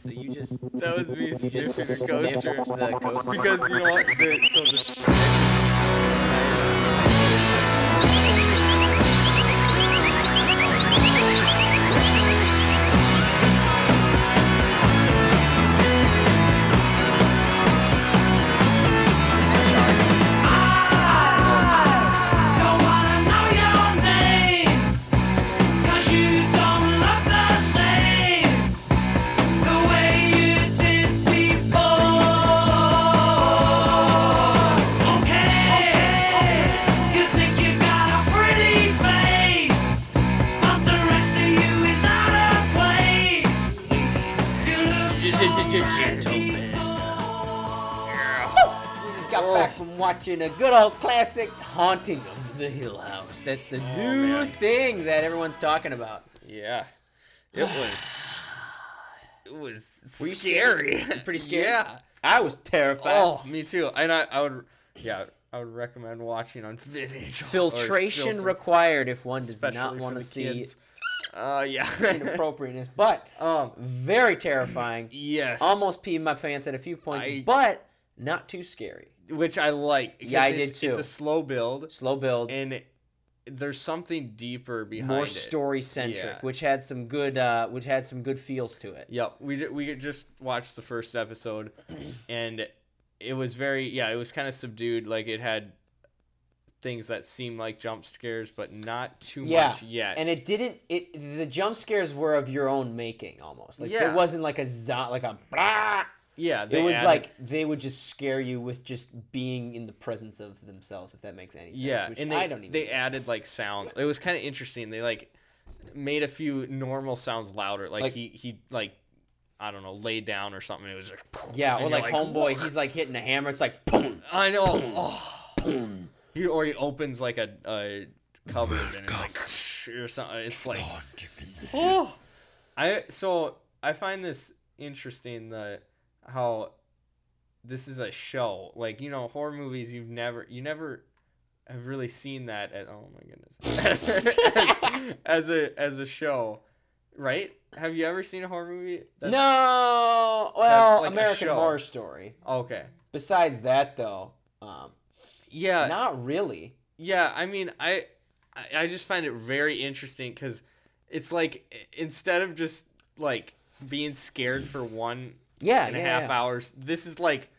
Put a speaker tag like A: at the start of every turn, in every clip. A: So you just
B: That was me
A: you
B: sniffing
A: just
B: a coaster.
A: sniffed the coaster.
B: Because you know what? The, so the sniff
A: We just got back from watching a good old classic, Haunting of the Hill House. That's the new
B: Oh, man.
A: thing that everyone's talking about.
B: Yeah. It was. It was
A: Were you
B: scary.
A: Pretty scary.
B: Yeah.
A: I was terrified.
B: Oh, me too. And I, I would, yeah, I would recommend watching on VidAge. or
A: Filtration
B: filter,
A: required if one does not
B: especially for
A: want to
B: the
A: see
B: kids. Uh, yeah.
A: inappropriateness, but
B: um.
A: very terrifying.
B: Yes.
A: Almost peed my pants at a few points,
B: I-
A: but not too scary.
B: Which I like.
A: Yeah, I
B: because
A: did
B: it's- It's
A: too.
B: a slow build,
A: Slow build,
B: and it- there's something deeper behind
A: more
B: it.
A: story centric,
B: Yeah.
A: which had some good, uh, which had some good feels to it.
B: Yep, we ju- we just watched the first episode, and it was very yeah, it was kind of subdued. Like it had things that seemed like jump scares, but not too
A: Yeah,
B: much yet.
A: And it didn't. It the jump scares were of your own making almost. Like
B: Yeah.
A: it wasn't like a zo- like a blah.
B: yeah,
A: It
B: they
A: was
B: added-
A: like they would just scare you with just being in the presence of themselves, if that makes any sense.
B: yeah,
A: which
B: and they
A: I don't even.
B: they added like sounds. It was kind of interesting. They like made a few normal sounds louder. Like,
A: Like-
B: he he like I don't know, laid down or something. It was like
A: yeah,
B: and
A: or
B: you're
A: like, homeboy, he's like hitting a hammer. It's like boom.
B: I know. Oh. He or he opens like a, a cupboard and it's like or something. It's like oh. I so I find this interesting that how this is a show like you know horror movies you've never you never have really seen that at oh my goodness as, as a as a show right have you ever seen a horror movie That's-
A: no, well,
B: like a
A: American
B: show.
A: Horror Story.
B: okay
A: Besides that, though, um,
B: yeah
A: not really.
B: Yeah, I mean, I I- I just find it very interesting because it's like i- instead of just like being scared for one
A: Yeah,
B: and a half
A: yeah, yeah.
B: hours, this is like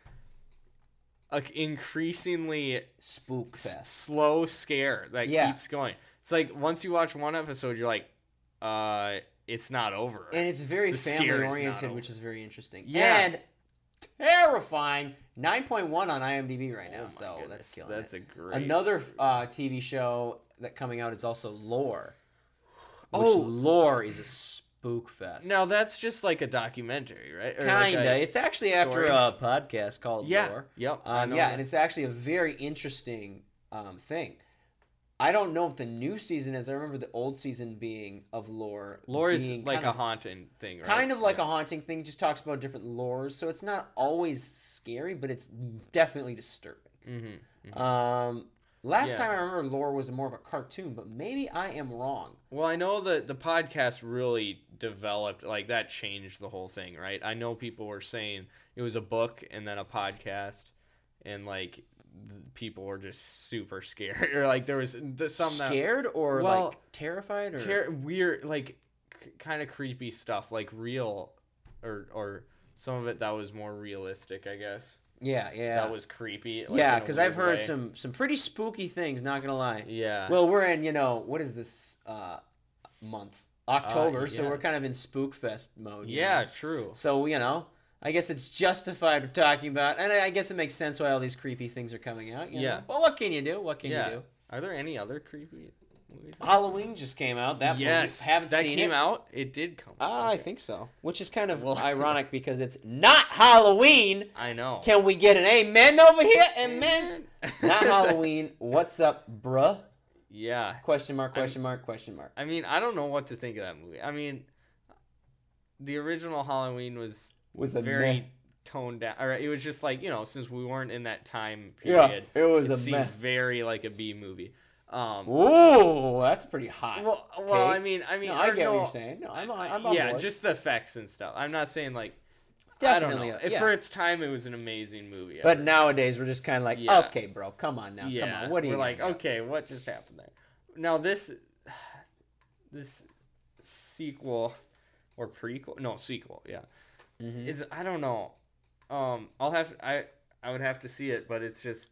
B: a c- increasingly s-
A: spook fest.
B: slow scare that
A: Yeah.
B: keeps going. It's like once you watch one episode, you're like, uh, it's not over.
A: And it's very
B: The scare is
A: family
B: not
A: oriented,
B: over.
A: which is very interesting.
B: Yeah.
A: And terrifying. 9.1 on IMDb right
B: Oh
A: now,
B: my
A: so
B: goodness,
A: that's killing
B: that's
A: it.
B: a great
A: Another uh, TV show that coming out is also Lore. Which
B: Oh.
A: Lore is a spook fest.
B: Now that's just like a documentary, right? Or like
A: kinda.
B: a-
A: it's actually after
B: story.
A: a podcast called
B: yeah.
A: Lore.
B: Yep. I
A: Um,
B: know
A: yeah,
B: that.
A: and it's actually a very interesting um, thing. I don't know if the new season is. I remember the old season being of lore.
B: Lore is
A: being
B: like
A: kind
B: a
A: of,
B: haunting thing, right?
A: kind of like a haunting thing. Just talks about different lores, so it's not always scary, but it's definitely disturbing.
B: Mm-hmm.
A: Um, last
B: Yeah.
A: time I remember, lore was more of a cartoon, but maybe I am wrong.
B: Well, I know that the podcast really developed, like that changed the whole thing, right? I know people were saying it was a book and then a podcast, and like th- people were just super scared, or like there was th- some that
A: Scared or
B: well,
A: like terrified or
B: ter- weird, like c- kind of creepy stuff, like real, or or some of it that was more realistic, I guess.
A: yeah, yeah,
B: That was creepy. like,
A: yeah.
B: in a
A: Because I've
B: weird
A: heard
B: way.
A: some some pretty spooky things. Not gonna lie.
B: Yeah.
A: Well, we're in, you know, what is this uh, month? October, so we're kind
B: Ah, yes.
A: of in spookfest mode. you
B: yeah.
A: know?
B: True.
A: So, you know, I guess it's justified for talking about, and I I guess it makes sense why all these creepy things are coming out. you know?
B: Yeah.
A: But what can you do? What can
B: Yeah.
A: you do?
B: Are there any other creepy movies?
A: Halloween just came out. That movie-
B: yes,
A: haven't
B: that
A: seen
B: came
A: it.
B: out. It did come.
A: Ah,
B: out.
A: I think so. Which is kind of
B: Well-
A: ironic because it's not Halloween.
B: I know.
A: Can we get an amen over here? Amen. not Halloween. What's up, bruh?
B: yeah,
A: Question mark, question mark, question mark.
B: I mean, I don't know what to think of that movie. I mean, the original Halloween was
A: Was a
B: very
A: meh.
B: toned down. Or it was just like you know, since we weren't in that time
A: Yeah,
B: period,
A: it was
B: it
A: a
B: seemed
A: meh.
B: very like a B movie. Um,
A: Ooh, that's pretty hot.
B: well, well, I
A: take.
B: mean, I mean,
A: no, I
B: or
A: get what
B: no,
A: you're saying. No, I'm, on- I'm on
B: yeah,
A: board.
B: just the effects and stuff. I'm not saying like I
A: definitely.
B: don't know. If
A: yeah.
B: For its time, it was an amazing movie.
A: but nowadays we're just kind of like,
B: Yeah.
A: okay, bro, come on now,
B: yeah,
A: come on. What are
B: we're
A: you
B: like?
A: gonna do?"
B: Okay, what just happened there? Now this, this sequel or prequel? No, sequel. Yeah,
A: Mhm.
B: is I don't know. Um, I'll have I I would have to see it, but it's just.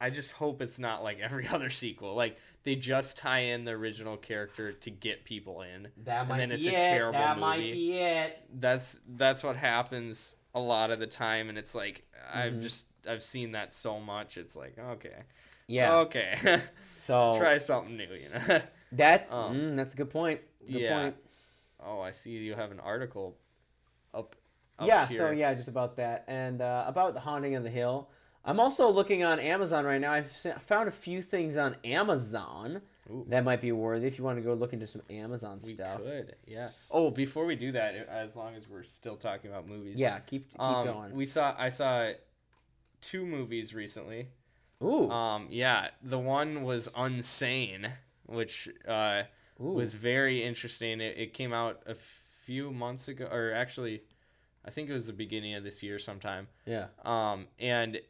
B: I just hope it's not like every other sequel. Like they just tie in the original character to get people in.
A: That might
B: then
A: be
B: it's a
A: it.
B: terrible
A: that might
B: movie.
A: be it.
B: that's that's what happens a lot of the time and it's like i've
A: Mhm.
B: just i've seen that so much it's like okay
A: Yeah.
B: okay
A: so
B: try something new you know
A: that's
B: um,
A: mm, that's a good point. Good
B: yeah,
A: point.
B: oh i see you have an article up, up
A: yeah.
B: here.
A: So yeah, just about that and uh, about the haunting of the hill. I'm also looking on Amazon right now. I've se- found a few things on Amazon
B: Ooh.
A: that might be worthy if you want to go look into some Amazon
B: we
A: stuff.
B: could yeah oh before we do that as long as we're still talking about movies
A: Yeah, keep keep
B: um,
A: going.
B: we saw i saw two movies recently
A: Ooh,
B: um yeah the one was unsane which uh
A: ooh.
B: was very interesting. It, it came out a few months ago, or actually, I think it was the beginning of this year sometime.
A: yeah.
B: Um, and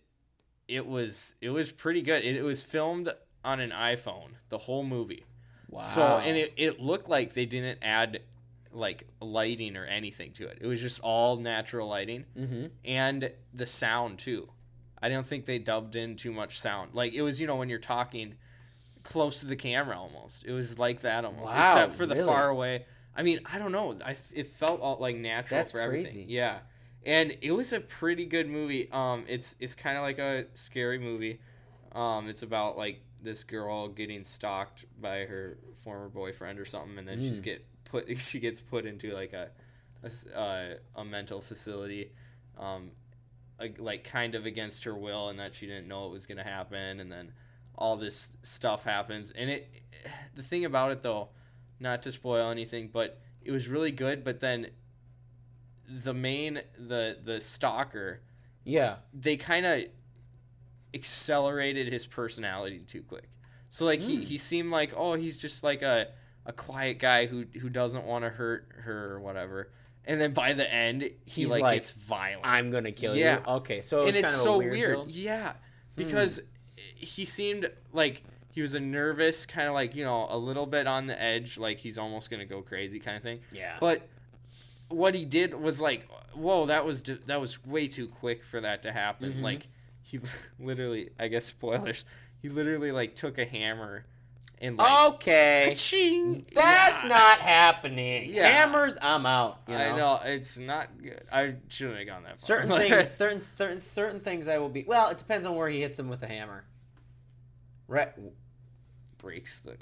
B: it was it was pretty good. It, it was filmed on an iPhone, the whole movie.
A: Wow.
B: So and it, it looked like they didn't add like lighting or anything to it. It was just all natural lighting
A: hmm
B: and the sound too. I don't think they dubbed in too much sound. Like it was, you know, when you're talking close to the camera almost. It was like that almost,
A: Wow,
B: except for the
A: really?
B: far away. I mean, I don't know. I it felt all, like natural
A: That's
B: for everything.
A: crazy.
B: Yeah. And it was a pretty good movie. Um it's it's kind of like a scary movie. Um it's about like this girl getting stalked by her former boyfriend or something and then she's
A: Mm.
B: get put she gets put into like a a, s- uh, a mental facility um, like- like kind of against her will and that she didn't know it was going to happen and then all this stuff happens and it the thing about it though not to spoil anything but it was really good but then the main the the stalker
A: Yeah.
B: they kind of accelerated his personality too quick. So like he,
A: Mm.
B: he seemed like oh he's just like a, a quiet guy who who doesn't want to hurt her or whatever. And then by the end he
A: He's
B: like,
A: like,
B: gets violent.
A: I'm gonna kill
B: Yeah.
A: you. Okay. So it was
B: and it's
A: kind of
B: so
A: a
B: weird. Hmm.
A: weird. build.
B: Yeah. Because he seemed like he was a nervous kind of like, you know, a little bit on the edge like he's almost going to go crazy kind of thing.
A: Yeah.
B: But what he did was like, whoa, that was d- that was way too quick for that to happen.
A: Mhm.
B: Like he literally, I guess spoilers. He literally like took a hammer and like.
A: okay.
B: ka-ching!
A: Oh, That's
B: Yeah.
A: not happening.
B: Yeah.
A: Hammers, I'm out. You know?
B: I know it's not good. I shouldn't have gone that far.
A: Certain
B: but-
A: things, certain, certain, certain things, I will be. Well, it depends on where he hits him with a hammer. Right.
B: breaks the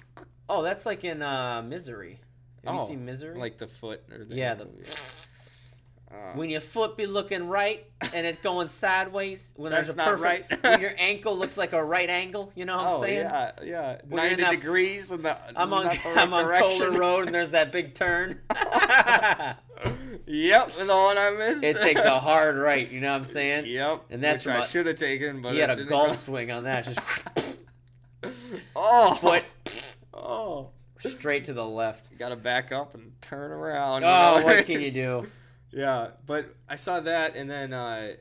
A: Oh, that's like in uh, Misery. Have
B: Oh,
A: you seen Misery?
B: like the foot or the
A: Yeah,
B: ankle, yeah. Uh,
A: when your foot be looking right and it's going sideways. When there's
B: That's
A: a
B: not
A: perfect,
B: right.
A: when your ankle looks like a right angle. You know what I'm
B: oh
A: saying?
B: yeah, yeah,
A: When you're
B: ninety
A: not-
B: degrees and the
A: I'm on,
B: not the right
A: I'm on Kohler
B: direction.
A: Road and there's that big turn.
B: Yep, the one I missed.
A: it takes a hard right. You know what I'm saying?
B: Yep.
A: And that's
B: which I
A: what-
B: should have taken, but
A: he had
B: it
A: a
B: didn't
A: golf
B: go.
A: swing on that, just
B: Oh,
A: foot
B: Oh,
A: straight to the left.
B: got to back up and turn around.
A: Oh, what can you do?
B: yeah, but I saw that, and then, uh,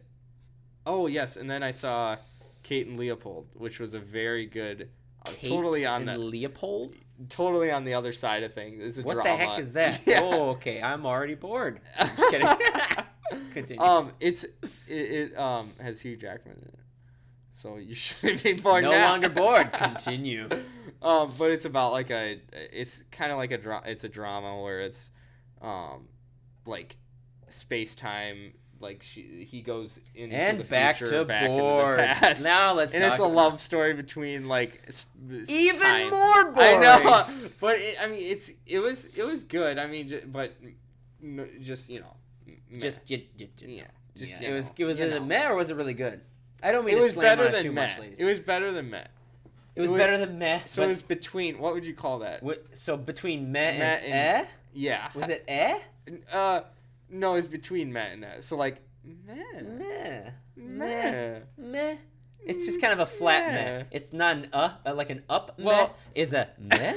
B: oh yes, and then I saw Kate and Leopold, which was a very good, uh, totally
A: Kate
B: on
A: and
B: the
A: Leopold.
B: totally on the other side of things. It's a
A: What
B: drama.
A: the heck is that?
B: Yeah.
A: Oh, okay. I'm already bored. I'm just kidding. Continue.
B: Um, it's it, it um has Hugh Jackman in it, so you should be bored.
A: no
B: now.
A: longer bored. Continue.
B: um, but it's about like a it's kind of like a dra- it's a drama where it's um like space time like she he goes into the
A: and back
B: future,
A: to
B: back
A: bored.
B: into the past.
A: Now let's
B: and
A: talk
B: it's a
A: about-
B: love story between like s- s-
A: Even
B: time.
A: more boring.
B: I know, but it, I mean it's it was it was good. I mean, j- but n- just you know, meh.
A: Just you, you, you-
B: yeah, just
A: yeah.
B: you
A: it was
B: know,
A: it was
B: you
A: it
B: know.
A: a meh or was it really good? I don't mean
B: It
A: to
B: was
A: slam
B: better
A: on it too
B: than
A: much,
B: meh.
A: ladies.
B: It was better than meh.
A: It was
B: it was-
A: better than meh.
B: So
A: but-
B: it was between. What would you call that?
A: Wait, so between meh and,
B: Meh and-
A: eh?
B: Yeah.
A: Was it eh?
B: Uh, no, it's between meh and that. So like meh,
A: Meh. Meh.
B: meh,
A: Meh. It's just kind of a flat meh.
B: Yeah.
A: It's not an uh, uh, like an up meh
B: Well-
A: is a meh.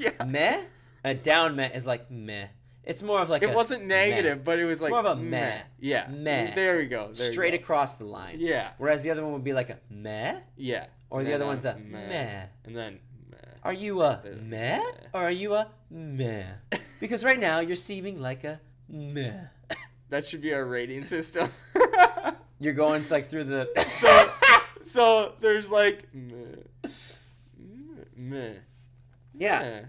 B: yeah.
A: meh. A down meh is like meh. It's more of like
B: It
A: a
B: wasn't
A: meh.
B: negative, but it was like
A: More of a
B: meh.
A: meh.
B: Yeah.
A: Meh.
B: There we go. There we
A: straight
B: go.
A: across the line.
B: Yeah.
A: Whereas the other one would be like a meh,
B: Yeah.
A: or
B: And
A: the
B: then
A: other one's a
B: meh.
A: meh.
B: And then meh.
A: Are you a
B: The-
A: meh or are you a meh? Because right now you're seeming like a meh.
B: That should be our rating system.
A: You're going like through the
B: so so there's like meh. Meh.
A: yeah.
B: meh.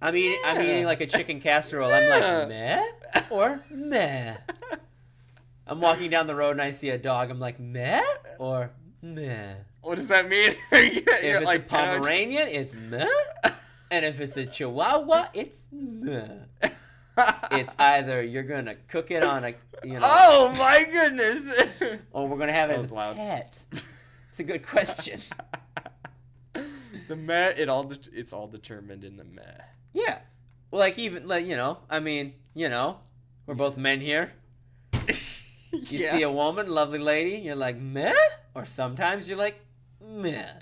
A: I mean, I'm
B: Yeah.
A: eating like a chicken casserole. I'm
B: Yeah.
A: like meh or meh. I'm walking down the road and I see a dog. I'm like meh or meh.
B: What does that mean? You're
A: If it's
B: like
A: a
B: 10 out of 10.
A: Pomeranian, it's meh, and if it's a Chihuahua, it's meh. It's either you're gonna cook it on a you know,
B: Oh my goodness.
A: or we're gonna have it
B: That
A: as
B: was
A: a
B: loud.
A: pet. It's a good question.
B: the meh it all det it's all determined in the meh.
A: yeah, well, like even like you know, I mean, you know, we're both men here. You see a woman, lovely lady, you're like meh, or sometimes you're like meh.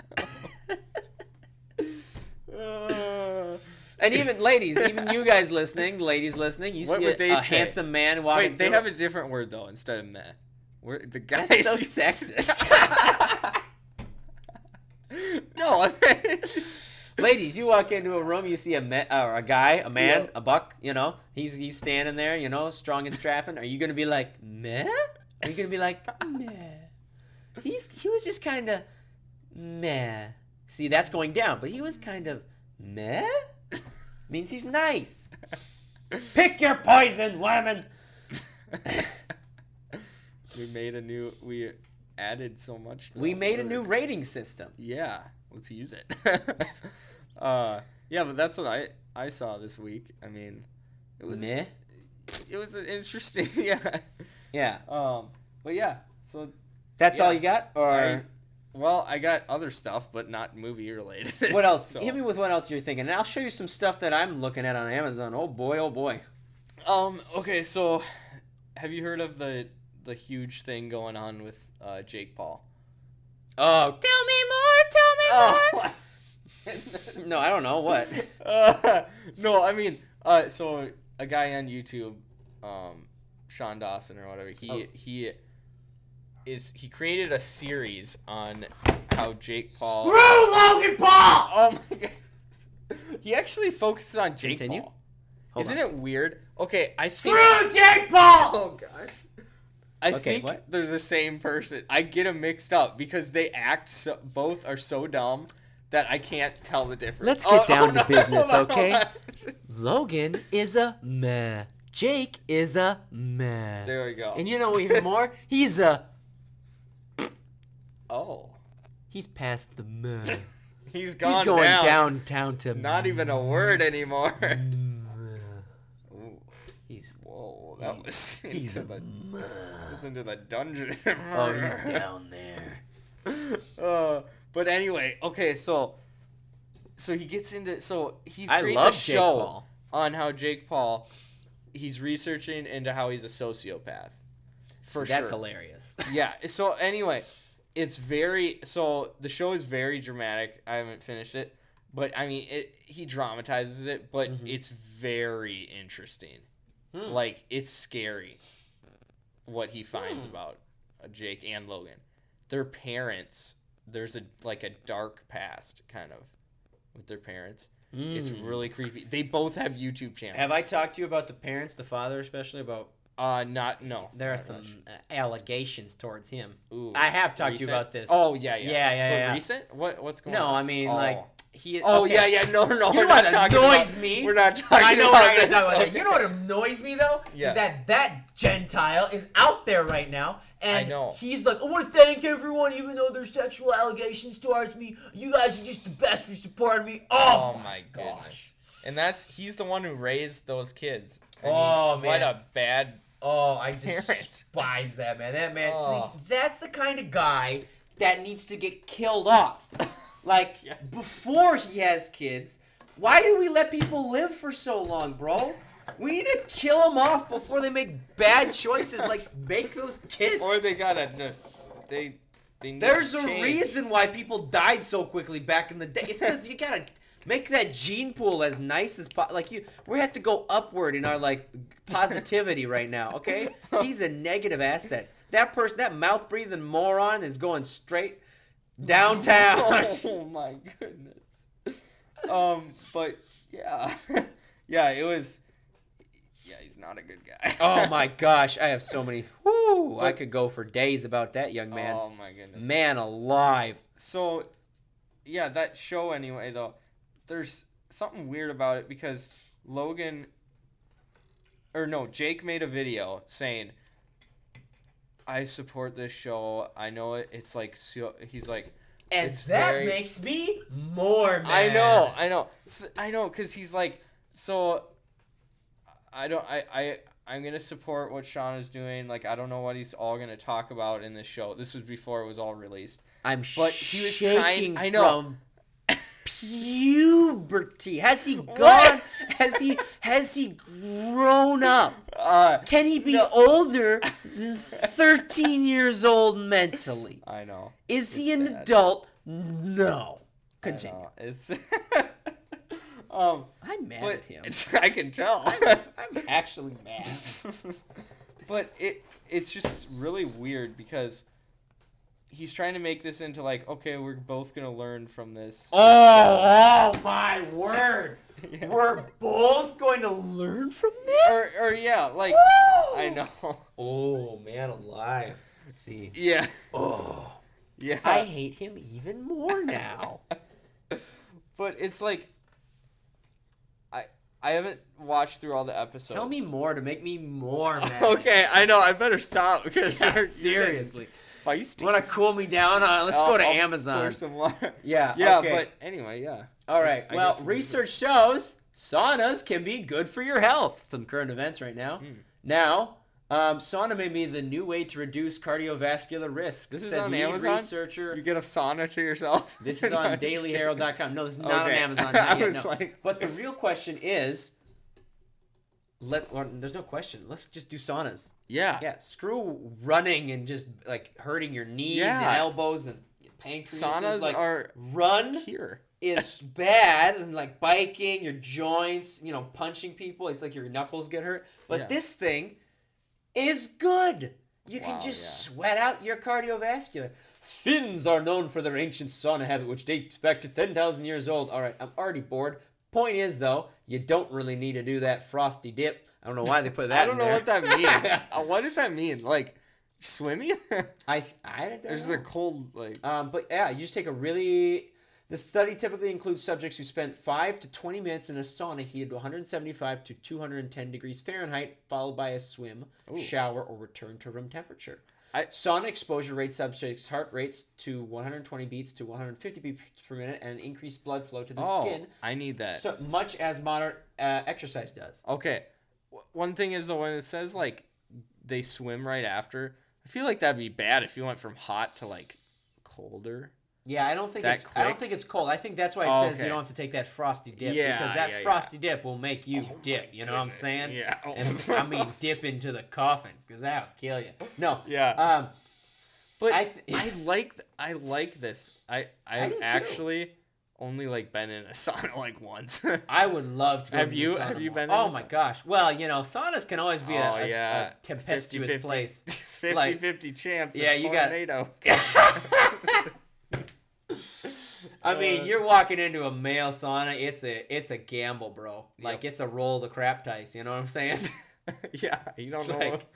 B: Uh,
A: And even ladies, even you guys listening, ladies listening, you
B: What
A: see
B: would
A: a,
B: they
A: a
B: say?
A: handsome man walking.
B: wait, they
A: through-
B: have a different word though instead of meh. Where the guys
A: That's so sexist.
B: no,
A: Ladies, you walk into a room, you see a ma- or a guy, a man,
B: Yeah.
A: a buck. You know, he's he's standing there, you know, strong and strapping. Are you gonna be like meh? Are you gonna be like meh? He's he was just kind of meh. See, that's going down, but he was kind of meh. Means he's nice. Pick your poison, women.
B: we made a new we added so much. to
A: We
B: that
A: made a
B: word.
A: new rating system.
B: Yeah, let's use it. uh, yeah, but that's what I I saw this week. I mean, it was
A: Meh.
B: it was an interesting yeah.
A: Yeah,
B: Um, but yeah, so
A: that's all
B: Yeah.
A: you got, or
B: I- well, I got other stuff, but not movie related.
A: what else?
B: So,
A: Hit me with what else you're thinking, and I'll show you some stuff that I'm looking at on Amazon. Oh boy, oh boy.
B: um, okay, so have you heard of the the huge thing going on with uh, Jake Paul?
A: Oh, tell me more, tell me more. no, I don't know what.
B: Uh, no, I mean, uh, so a guy on YouTube, um, Sean Dawson or whatever, he
A: Oh.
B: he is he created a series on how Jake Paul.
A: Logan Paul.
B: Oh my god, he actually focuses on Jake
A: Continue?
B: Paul.
A: Hold
B: Isn't
A: on.
B: it weird? Okay, I think.
A: Jake Paul.
B: Oh gosh. I
A: Okay,
B: think
A: what?
B: they're the same person. I get them mixed up because they act so, both are so dumb that I can't tell the difference. Oh,
A: Let's get down to
B: hold
A: business,
B: hold
A: okay?
B: hold on.
A: Logan is a meh. Jake is a meh.
B: There we go.
A: And you know even more, he's a
B: oh,
A: he's past the meh.
B: he's gone.
A: He's going
B: now.
A: downtown to
B: Not even a word anymore.
A: meh.
B: Ooh,
A: He's
B: Whoa, that was into
A: he's a
B: the
A: meh.
B: was into the dungeon.
A: Oh, he's down there.
B: Uh, but anyway, okay, so so he gets into so he
A: I
B: creates
A: love
B: a
A: Jake
B: show
A: Paul.
B: on how Jake Paul he's researching into how he's a sociopath. For
A: That's
B: sure.
A: hilarious.
B: yeah. So anyway, it's very so the show is very dramatic. I haven't finished it, but I mean it he dramatizes it, but it's very interesting.
A: Mm-hmm. Hmm.
B: Like it's scary what he
A: Hmm.
B: finds about uh, Jake and Logan. Their parents, there's a like a dark past kind of with their parents. It's
A: Mm.
B: really creepy. They both have YouTube channels.
A: Have I talked to you about the parents, the father especially, about
B: uh not no.
A: there are
B: not
A: some
B: much.
A: uh, allegations towards him?
B: Ooh,
A: I have talked to
B: recent?
A: you about this.
B: Oh yeah, yeah,
A: Yeah, yeah,
B: But
A: yeah.
B: Recent? What? What's going
A: no,
B: on?
A: I mean
B: Oh.
A: like he.
B: Oh
A: okay.
B: yeah, yeah. No, no.
A: You
B: we're
A: know what
B: not talking
A: annoys
B: about,
A: me?
B: We're not talking.
A: I know
B: about
A: we're not gonna
B: this.
A: talk about that.
B: Okay.
A: You know what annoys me though
B: Yeah.
A: is that that Gentile is out there right now, and
B: know.
A: he's like, I want to thank everyone, even though there's sexual allegations towards me. You guys are just the best for supporting me. Oh,
B: Oh my gosh. And that's he's the one who raised those kids. I
A: Oh,
B: mean, What
A: man.
B: a bad.
A: Oh, I
B: Parent.
A: despise that man. That man,
B: Oh.
A: see, that's the kind of guy that needs to get killed off. Like
B: Yeah.
A: before he has kids. Why do we let people live for so long, bro? We need to kill them off before they make bad choices. Like make those kids.
B: Or they gotta just they They need
A: There's
B: to
A: a
B: change.
A: reason why people died so quickly back in the day. It's because you gotta make that gene pool as nice as possible. Like you, we have to go upward in our like positivity right now. Okay, he's a negative asset. That person, that mouth breathing moron, is going straight downtown.
B: oh my goodness. Um, but yeah, yeah, it was. Yeah, he's not a good guy.
A: oh my gosh, I have so many. Whoo, I
B: But-
A: could go for days about that young man.
B: Oh my goodness.
A: man alive.
B: so yeah that show anyway though there's something weird about it because logan or no jake made a video saying i support this show i know it, it's like so he's like
A: And
B: It's
A: that
B: very-
A: makes me more mad.
B: i know i know S- i know because he's like so i don't i i i'm gonna support what sean is doing like i don't know what he's all gonna talk about in this show this was before it was all released
A: I'm
B: But he was
A: shaking
B: trying- I know.
A: from puberty. Has he gone?
B: What?
A: has he has he grown up?
B: uh
A: Can he be older than 13 years old mentally?
B: i know
A: Is he
B: It's
A: an
B: sad.
A: adult? No. Continue.
B: know. It's um,
A: I'm mad
B: but
A: at him.
B: I can tell.
A: I'm actually mad.
B: but it it's just really weird because he's trying to make this into like, okay, we're both gonna learn from this.
A: Oh, oh my word.
B: Yeah.
A: We're both going to learn from this?
B: Or, or yeah, like I know.
A: Oh man, alive. See.
B: Yeah,
A: Oh.
B: yeah.
A: I hate him even more now.
B: but it's like, I I haven't watched through all the episodes.
A: Tell me more to make me more mad.
B: Okay, I know. I better stop because
A: Yeah,
B: they're
A: seriously.
B: feisty.
A: Want to cool me down? Uh, let's go to
B: I'll- I'll
A: Amazon.
B: pour some water.
A: Yeah.
B: Yeah,
A: Uh, okay.
B: but anyway, yeah.
A: all right.
B: I
A: Well,
B: guess we-
A: research shows saunas can be good for your health. Some current events right now.
B: Mm.
A: Now, um, sauna may be the new way to reduce cardiovascular risk.
B: This is
A: said
B: on
A: lead
B: Amazon?
A: Researcher.
B: You get a sauna to yourself.
A: This is
B: No,
A: on
B: I'm just kidding.
A: dailyherald.com. No, it's not
B: Okay.
A: on Amazon.
B: I
A: Not yet,
B: was
A: no.
B: like-
A: But the real question is let or, there's no question. Let's just do saunas.
B: Yeah.
A: Yeah, screw running and just like hurting your knees
B: Yeah.
A: and elbows and pancreas.
B: Saunas
A: like,
B: are
A: run
B: here.
A: is bad and like biking, your joints, you know, punching people, it's like your knuckles get hurt. But
B: Yeah.
A: this thing is good. You
B: Wow,
A: can just
B: yeah.
A: sweat out your cardiovascular. Finns are known for their ancient sauna habit, which dates back to 10,000 years old. All right, I'm already bored. Point is, though, you don't really need to do that frosty dip. I don't know why they put that.
B: I don't
A: in
B: know
A: there.
B: what that means. Uh, what does that mean? Like swimming?
A: I I don't know.
B: There's the cold like
A: Um, but yeah, you just take a really. The study typically includes subjects who spent 5 to 20 minutes in a sauna heated to 175 to 210 degrees Fahrenheit, followed by a swim,
B: Ooh.
A: shower, or return to room temperature.
B: I-
A: sauna exposure rates subjects' heart rates to 120 beats to 150 beats per minute and increased blood flow to the
B: oh,
A: skin,
B: I need that.
A: so much as modern uh, exercise does.
B: okay. W- One thing is the one that says like they swim right after. I feel like that'd be bad if you went from hot to like colder.
A: Yeah, I don't think
B: That
A: it's I don't
B: quick?
A: think it's cold. I think that's why it
B: Oh,
A: says
B: okay.
A: you don't have to take that frosty dip
B: Yeah,
A: because that
B: yeah, yeah.
A: frosty dip will make you dip. You know what I'm
B: Goodness,
A: saying?
B: Yeah. Oh
A: and I mean dip into the coffin because that'll kill you. No,
B: Yeah.
A: um,
B: But I,
A: I th-
B: I like th- I like this. I
A: I
B: I've
A: do too.
B: actually only like been in a sauna like once.
A: I would love to. Go
B: Have
A: to the
B: you-
A: sauna
B: have you
A: more.
B: been in
A: Oh
B: a
A: my
B: sauna?
A: gosh! Well, you know, saunas can always be a,
B: Oh,
A: a- a
B: yeah.
A: tempestuous
B: 50-50
A: place.
B: 50
A: Like-
B: 50 chance.
A: Yeah,
B: Yeah,
A: you got-
B: you tornado.
A: I mean,
B: Uh,
A: you're walking into a male sauna. It's a it's a gamble, bro. Like it's a roll of the crap dice. You know what I'm saying?
B: yeah, you don't know.
A: Like,
B: what-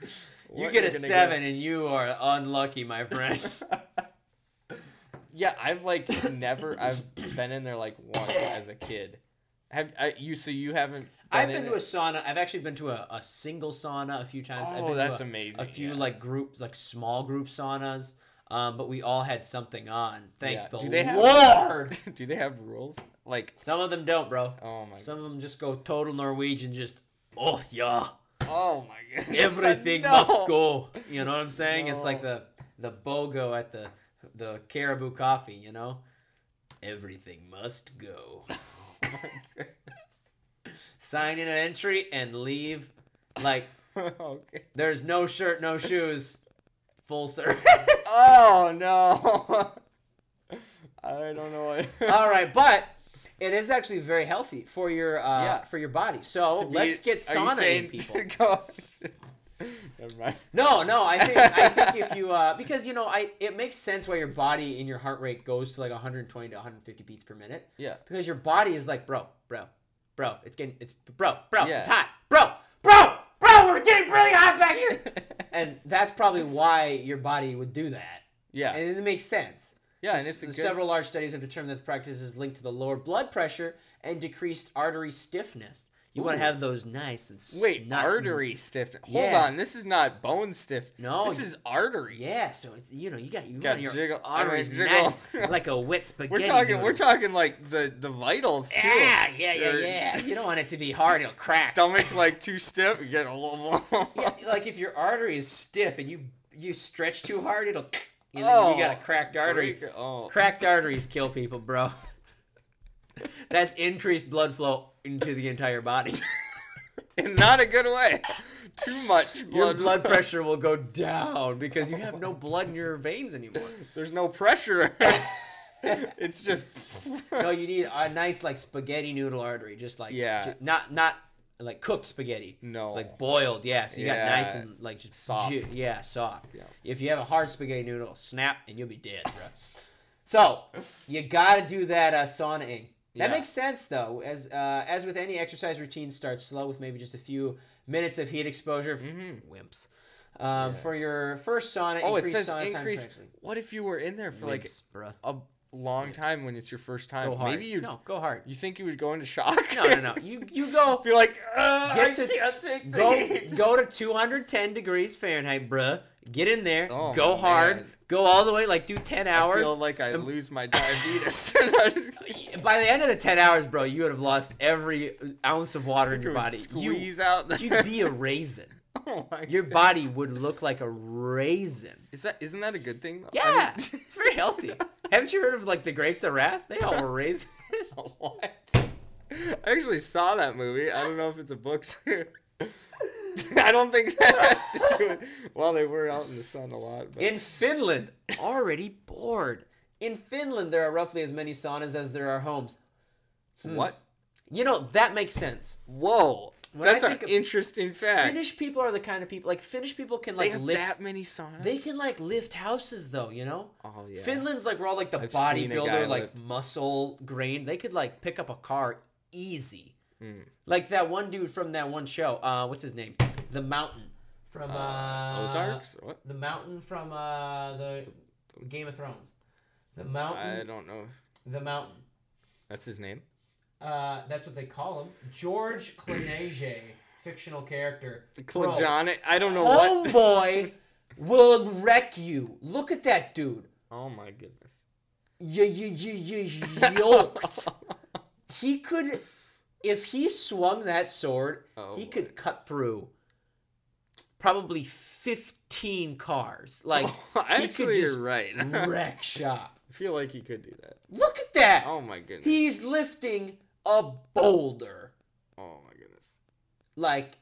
A: you
B: what
A: get
B: you're
A: a
B: gonna
A: seven, and you are unlucky, my friend.
B: Yeah, I've like never. I've been in there like once as a kid. Have I, you? So you haven't? Been
A: I've
B: in
A: been to a
B: it?
A: sauna. I've actually been to a, a single sauna a few times. I've
B: Oh,
A: been
B: that's
A: to a,
B: amazing.
A: a few
B: yeah.
A: like group like small group saunas um, but we all had something on thank
B: Yeah.
A: the
B: Do they have-
A: lord
B: Do they have rules? Like,
A: some of them don't bro
B: oh my.
A: some of them just go total norwegian just oh yeah
B: oh my goodness. I
A: everything
B: know.
A: must go you know what i'm saying it's like the
B: No.
A: the bogo at the the caribou coffee you know everything must go
B: Oh my goodness.
A: sign in an entry and leave like
B: okay.
A: there's no shirt no shoes full service
B: Oh no. I don't know what.
A: All right, but it is actually very healthy for your uh,
B: Yeah.
A: for your body. So
B: To be-
A: let's get
B: are you
A: sauna in
B: saying
A: people.
B: to go- Never mind.
A: No, no, I think I think if you uh, because you know I it makes sense why your body and your heart rate goes to like 120 to 150 beats per minute
B: Yeah.
A: because your body is like bro, bro, bro, it's getting it's bro, bro,
B: Yeah.
A: it's hot, bro, bro, bro, we're getting really hot back here, and that's probably why your body would do that,
B: Yeah.
A: and it makes sense.
B: yeah, and it's a good.
A: Several large studies have determined that this practice is linked to the lower blood pressure and decreased artery stiffness. You want
B: Ooh.
A: to have those nice and s-
B: Wait,
A: not-
B: artery stiff. Hold
A: Yeah.
B: on, this is not bone stiff.
A: No,
B: this
A: you-
B: is artery.
A: Yeah, so it's you know you got you
B: Gotta
A: want your
B: jiggle- I mean,
A: arteries
B: jiggle.
A: nice, like a wet spaghetti.
B: We're talking. We're
A: noodle.
B: talking like the the vitals too.
A: Yeah, yeah, yeah,
B: Your
A: yeah. You don't want it to be hard; it'll crack.
B: Stomach like too stiff. You get a little.
A: Yeah, like if your artery is stiff and you you stretch too hard, it'll. You, know,
B: Oh,
A: you got a cracked artery.
B: Break- Oh.
A: Cracked arteries kill people, bro. That's increased blood flow into the entire body.
B: In not a good way. Too much
A: your
B: blood.
A: blood pressure will go down because you have no blood in your veins anymore.
B: There's no pressure. it's just.
A: No, you need a nice like spaghetti noodle artery, just like
B: Yeah.
A: ju- not not like cooked spaghetti.
B: No.
A: It's like boiled, yeah. So you got nice
B: Yeah.
A: and like just
B: Soft.
A: ju- yeah, soft.
B: Yeah.
A: If you have a hard spaghetti noodle, it'll snap and you'll be dead, bro. so you gotta do that uh, saunaing. That
B: Yeah.
A: makes sense though. As uh, as with any exercise routine, start slow with maybe just a few minutes of heat exposure. Wimps. Um, For your first sauna,
B: Mm-hmm. oh, it
A: increase
B: says
A: sauna time
B: increase.
A: gradually.
B: What if you were in there for like
A: Wimps, bruh.
B: a long time when it's your first time?
A: Go hard.
B: Maybe you
A: no, go hard.
B: you think you would go into shock?
A: No, no, no. You you go
B: Be like, uh,
A: Get
B: I
A: to-
B: can't take the
A: go
B: heat."
A: go to 210 degrees Fahrenheit, bruh. Get in there,
B: Oh,
A: go hard,
B: man.
A: go all the way, like do 10
B: I
A: hours.
B: feel like I
A: Um,
B: lose my diabetes.
A: By the end of the 10 hours, bro, you would have lost every ounce of water in your
B: Would
A: body. You,
B: Squeeze out. The...
A: you'd be a raisin.
B: oh my
A: Your
B: God.
A: body would look like a raisin.
B: Is that isn't that a good thing? though?
A: Yeah,
B: I mean-
A: it's very healthy. Haven't you heard of like the grapes of wrath? They all were raisins.
B: what? I actually saw that movie. I don't know if it's a book too. I don't think that has to do with. Well, they were out in the sun a lot, but
A: In Finland, already bored. In Finland, there are roughly as many saunas as there are homes.
B: what?
A: You know, that makes sense.
B: Whoa,
A: I
B: that's an
A: think of-
B: interesting fact.
A: Finnish people are the kind of people like Finnish people can
B: they
A: like
B: have
A: lift.
B: that many saunas.
A: They can like lift houses though, you know.
B: Oh yeah.
A: Finland's like we're all like the
B: I've seen a guy
A: bodybuilder, like
B: lift-
A: muscle grain. They could like pick up a car easy.
B: Hmm.
A: Like that one dude from that one show. Uh, what's his name? The Mountain from uh,
B: Ozarks. What?
A: The Mountain from uh the Game of Thrones. The
B: I
A: Mountain.
B: don't know.
A: The Mountain.
B: That's his name.
A: Uh, that's what they call him. George Cloonage, fictional character. Bro.
B: Klajana. I don't know
A: Oh,
B: what.
A: homeboy will wreck you. Look at that dude.
B: Oh my goodness.
A: You you you you yoked. he could, if he swung that sword,
B: Oh,
A: he
B: boy.
A: could cut through probably fifteen cars. Like he could
B: Oh, Actually,
A: just
B: you're right. I
A: wreck shop.
B: feel like he could do that.
A: Look at that.
B: Oh my goodness.
A: He's lifting a boulder.
B: oh my goodness.
A: Like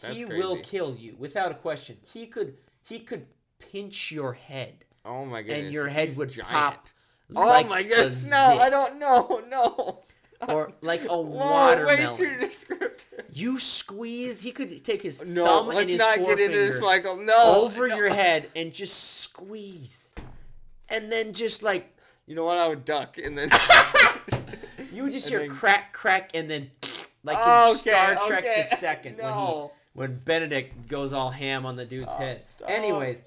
B: That's
A: he will
B: crazy.
A: kill you without a question. He could he could pinch your head.
B: Oh my goodness.
A: your head
B: He's
A: would
B: giant.
A: pop
B: Oh
A: like
B: my
A: a
B: goodness. No, I
A: zit.
B: don't know. No.
A: Or like a
B: Whoa, way
A: watermelon.
B: too descriptive.
A: You squeeze. He could take his
B: No,
A: thumb and
B: let's
A: his
B: not get into this,
A: forefinger
B: Michael. No.
A: over
B: no.
A: your head and just squeeze, and then just like
B: You know what? I would duck and then.
A: you would just
B: And
A: hear
B: then-
A: crack, crack, and then like in
B: Okay,
A: Star Trek
B: okay.
A: the second
B: No.
A: when he when Benedict goes all ham on the dude's
B: Stop,
A: head.
B: stop.
A: Anyways,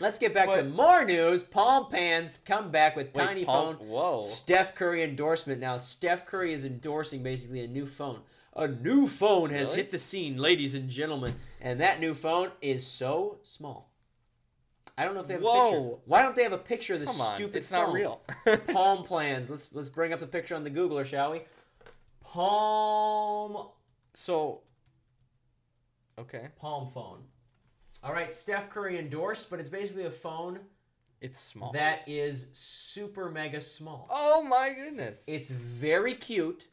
A: let's get back to
B: But-
A: more news. Palm pans come back with
B: Wait,
A: tiny
B: palm-
A: phone.
B: Whoa.
A: Steph Curry endorsement. Now Steph Curry is endorsing basically a new phone. A new phone has
B: Really?
A: hit the scene, ladies and gentlemen, and that new phone is so small. I don't know if they have a picture.
B: Whoa.
A: Why don't they have a picture of this
B: Come on.
A: stupid
B: it's not
A: phone?
B: real.
A: Palm plans. Let's let's bring up the picture on the Googler, shall we? Palm
B: so. Okay.
A: Palm phone. All right, Steph Curry endorsed, but it's basically a phone
B: It's small.
A: that is super mega small.
B: Oh my goodness.
A: It's very cute,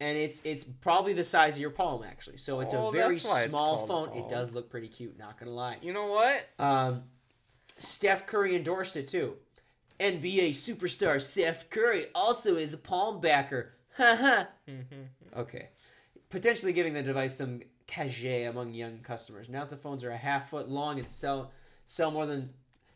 A: and it's it's probably the size of your palm actually. So it's
B: Oh,
A: a very
B: that's why it's
A: small
B: called a
A: phone. It
B: palm.
A: does look pretty cute. Not gonna lie.
B: You know what?
A: Um, Steph Curry endorsed it too. NBA superstar Steph Curry also is a palm backer. Haha.
B: Mm-hmm.
A: okay. Potentially giving the device some cachet among young customers. Now that the phones are a half foot long and sell sell more than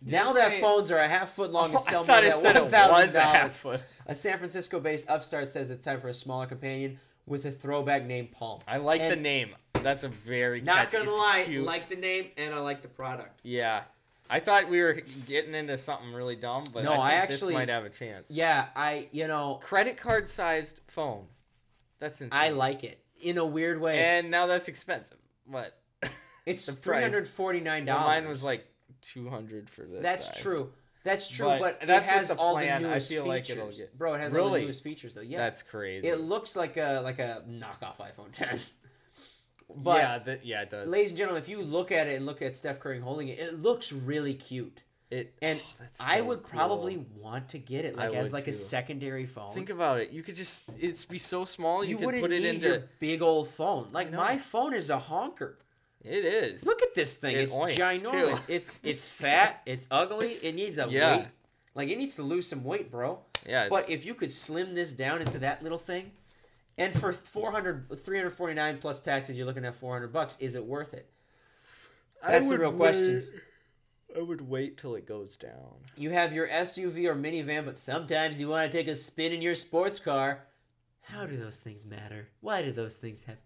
A: now
B: it
A: that
B: say-
A: phones are a half foot long
B: I
A: and sell
B: thought
A: more
B: it
A: than
B: said it
A: one thousand
B: was a
A: dollars.
B: half foot.
A: A San Francisco-based upstart says it's time for a smaller companion with a throwback name, Palm.
B: I like the
A: And-
B: name. That's a very
A: Not
B: catchy-
A: gonna
B: it's
A: lie,
B: cute.
A: like the name and I like the product.
B: yeah. I thought we were getting into something really dumb, but
A: No,
B: I, think
A: I
B: this
A: actually-
B: might have a chance.
A: Yeah, I you know
B: Credit card sized phone. That's insane.
A: I like it in a weird way.
B: and now that's expensive. But
A: it's
B: the
A: three
B: price.
A: hundred forty nine
B: Well,
A: dollars.
B: mine was like 200 for this.
A: that's
B: size.
A: true. That's true,
B: But
A: but,
B: that's
A: it
B: with
A: has
B: the
A: all
B: plan,
A: the
B: I
A: newest
B: feel like
A: features.
B: it'll get-
A: Bro, it has all the
B: Really?
A: newest features though. Yeah,
B: That's crazy.
A: it looks like a like a knockoff iPhone ten. but
B: yeah, th- yeah, it does.
A: ladies and gentlemen, if you look at it and look at Steph Curry holding it, it looks really cute.
B: it,
A: And
B: oh, that's
A: I
B: so
A: would
B: cool.
A: probably want to get it like
B: I
A: as
B: would,
A: like a
B: too.
A: secondary phone.
B: think about it. You could just it's be so small. You,
A: you,
B: could
A: wouldn't
B: put it
A: need
B: into.
A: your big old phone. Like
B: know.
A: my phone is a honker.
B: It is.
A: Look at this thing.
B: It
A: it's
B: oinks,
A: ginormous.
B: too.
A: It's it's fat. It's ugly. It needs a
B: Yeah.
A: weight. Like it needs to lose some weight, bro.
B: yeah, it's,
A: But if you could slim this down into that little thing, and for 400, 349 plus taxes, you're looking at 400 bucks. Is it worth it?
B: I
A: that's the
B: would
A: real question.
B: wait- I would wait till it goes down.
A: You have your SUV or minivan, but sometimes you want to take a spin in your sports car. How do those things matter? Why do those things have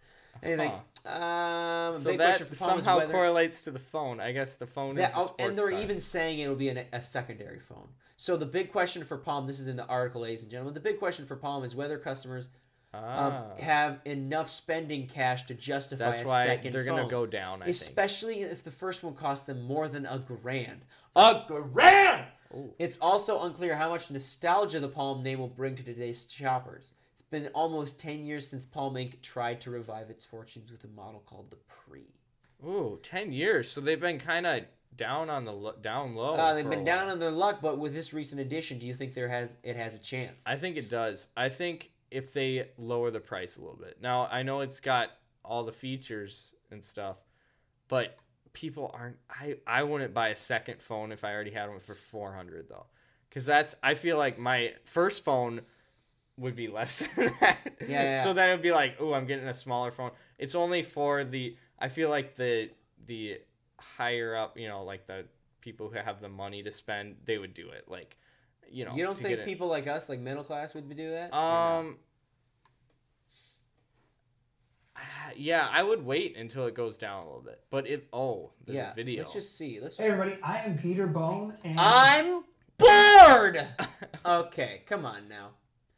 A: anything? Um,
B: So
A: big question
B: that
A: for Palm is
B: somehow
A: whether-
B: correlates to the phone. I guess the phone
A: That,
B: is a
A: oh,
B: sports
A: and they're
B: car.
A: even saying it'll be an, a secondary phone. So the big question for Palm, this is in the article, ladies and gentlemen. The big question for Palm is whether customers um,
B: Ah,
A: have enough spending cash to justify
B: that's
A: a
B: why
A: 2nd
B: they're gonna
A: phone,
B: go down. I think.
A: especially if the first one costs them more than a grand. A grand.
B: Ooh.
A: It's also unclear how much nostalgia the Palm name will bring to today's shoppers. It's been almost ten years since Palm Inc. tried to revive its fortunes with a model called the Pre.
B: Ooh, 10 years. So they've been kind of down on the lo- down low.
A: Uh, they've
B: Oh, for a
A: been down
B: while.
A: on their luck, but with this recent addition, do you think there has it has a chance?
B: I think it does. I think if they lower the price a little bit. Now, I know it's got all the features and stuff, but people aren't I I wouldn't buy a second phone if I already had one for 400 though. Cuz that's I feel like my first phone would be less than that.
A: Yeah, yeah, yeah.
B: So then it would be like, "Oh, I'm getting a smaller phone." It's only for the I feel like the the higher up, you know, like the people who have the money to spend, they would do it. Like, you know,
A: you don't
B: to get
A: think
B: it.
A: people like us, like middle class, would do that? Or no?
B: Um. ah, Yeah, I would wait until it goes down a little bit. But it oh, there's
A: yeah.
B: a video.
A: Let's just see. Let's
C: Hey
A: just.
C: everybody, I am Peter Bone, and
A: I'm bored. okay, come on now.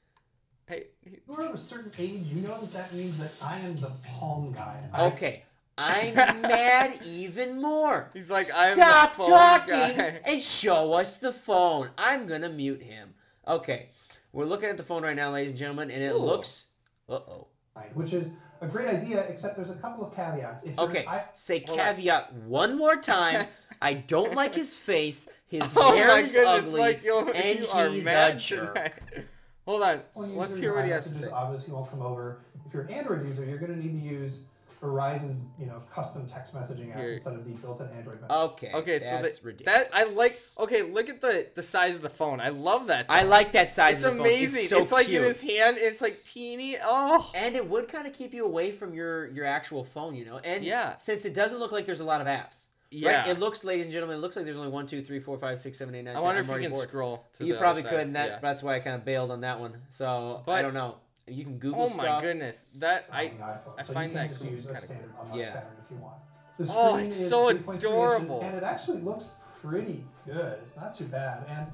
B: hey, he-
C: if you're of a certain age, you know that that means that I am the palm guy. I-
B: Oh.
A: Okay, I'm mad even more.
B: He's like, "I'm the
A: stop
B: phone
A: talking
B: guy."
A: and show us the phone. I'm gonna mute him. Okay, we're looking at the phone right now, ladies and gentlemen, and it
B: Ooh.
A: looks. Uh oh.
C: which is a great idea, except there's a couple of caveats. If you're-
A: Okay,
C: I,
A: say
B: hold on.
A: caveat one more time. I don't like his face. His
B: oh
A: hair
B: my
A: is
B: goodness,
A: ugly,
B: Mike, you,
A: and
B: you are
A: he's a
B: mad
A: jerk.
B: tonight. Hold on,
C: iPhone
B: let's
C: user,
B: hear what he
C: your
B: has to
C: iMessages
B: say.
C: Obviously, won't come over. If you're an Android user, you're going to need to use Verizon's you know custom text messaging app
B: Here. Oh,
C: instead of the built-in Android. method.
A: Okay,
B: Okay, so
A: that's
B: that,
A: ridiculous.
B: that I like. Okay, look at the the size of the phone. I love that.
A: I like that size.
B: it's
A: of the phone.
B: amazing.
A: It's, so
B: like
A: cute.
B: in his hand. It's like teeny. Oh,
A: and it would kind of keep you away from your your actual phone, you know. And
B: Yeah.
A: since it doesn't look like there's a lot of apps.
B: Yeah.
A: It looks, ladies and gentlemen, it looks like there's only one, two, three, four, five, six, seven, eight, nine.
B: I
A: 10.
B: wonder
A: I'm
B: if you
A: already
B: can
A: bored.
B: scroll. To
A: You
B: the
A: probably
B: other
A: could,
B: side.
A: and that,
B: Yeah.
A: that's why I kind of bailed on that one. So I
B: But-
A: don't know. You can Google
B: Oh
A: stuff.
B: my goodness, that
C: on
B: I
C: the iPhone.
B: I
C: so
B: find
C: you can
B: that
C: just
B: cool,
C: use a
B: kinda
C: standard
B: cool.
C: unlock
A: Yeah.
C: pattern if you want. The
B: Oh,
C: screen
B: it's
C: is
B: so
C: 3.3 inches,
B: adorable.
C: and it actually looks pretty good. It's not too bad, and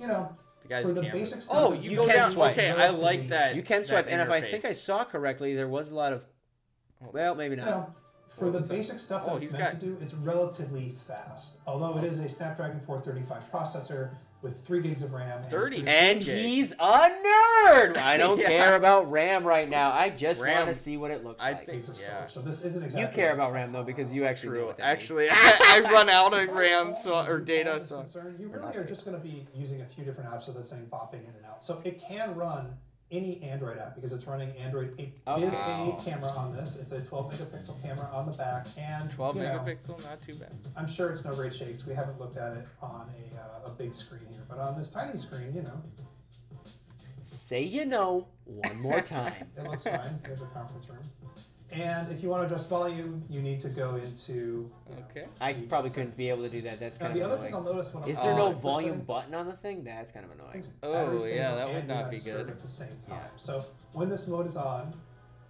C: you know,
B: The guy's
C: for the
B: cameras.
C: basic stuff
B: Oh,
C: that
B: you,
A: you
B: go
A: can
B: down.
A: swipe.
B: Okay, I like that.
A: You can
B: that
A: swipe, and if I
B: interface.
A: think I saw correctly, there was a lot of. Well, maybe
C: You
A: not.
C: know, for
B: What
C: the
B: was that?
C: basic stuff that
B: Oh,
C: it's
B: he's
C: meant
B: got- Oh.
C: to do, it's relatively fast. Although it is a Snapdragon 435 processor with three gigs of RAM. and
B: 30.
C: pretty-
A: And
B: Okay.
A: he's a nerd. I don't
B: Yeah.
A: care about RAM right now. I just
B: RAM.
A: want to see what it looks
B: I
A: like.
B: think-
C: gigs of storage.
B: Yeah.
C: So this isn't exactly.
A: you care about RAM though because you actually know
B: True.
A: what that means.
B: Actually, I, I run out of
C: As far as
B: RAM
C: volume
B: so or
C: and
B: data
C: volume is
B: so.
C: concerned, you
B: not
C: really are
B: data.
C: just going to be using a few different apps of the same popping in and out. So it can run any Android app because it's running Android 8.
A: Oh,
C: It is
B: wow.
C: a camera on this. It's a 12 megapixel camera on the back, and
B: 12
C: you know,
B: megapixel, not too bad.
C: I'm sure it's no great shakes. We haven't looked at it on a, uh, a big screen here, but on this tiny screen, you know,
A: Say you know one more time.
C: it looks fine. There's a conference room. And if you want to adjust volume, you need to go into. you know,
B: Okay.
A: I
C: the
A: probably couldn't be
C: settings.
A: able to do that. That's
C: Now,
A: kind
C: the
A: of
C: other thing I'll
A: annoying.
C: notice when I'm
A: Is there no
C: on the
A: volume
C: setting-
A: button on the thing? That's kind of annoying.
B: Oh,
C: Every
B: yeah,
C: single
B: that would
C: hand
B: not
C: you
B: be
C: disturb
B: good.
C: At the same time.
A: Yeah.
C: So when this mode is on,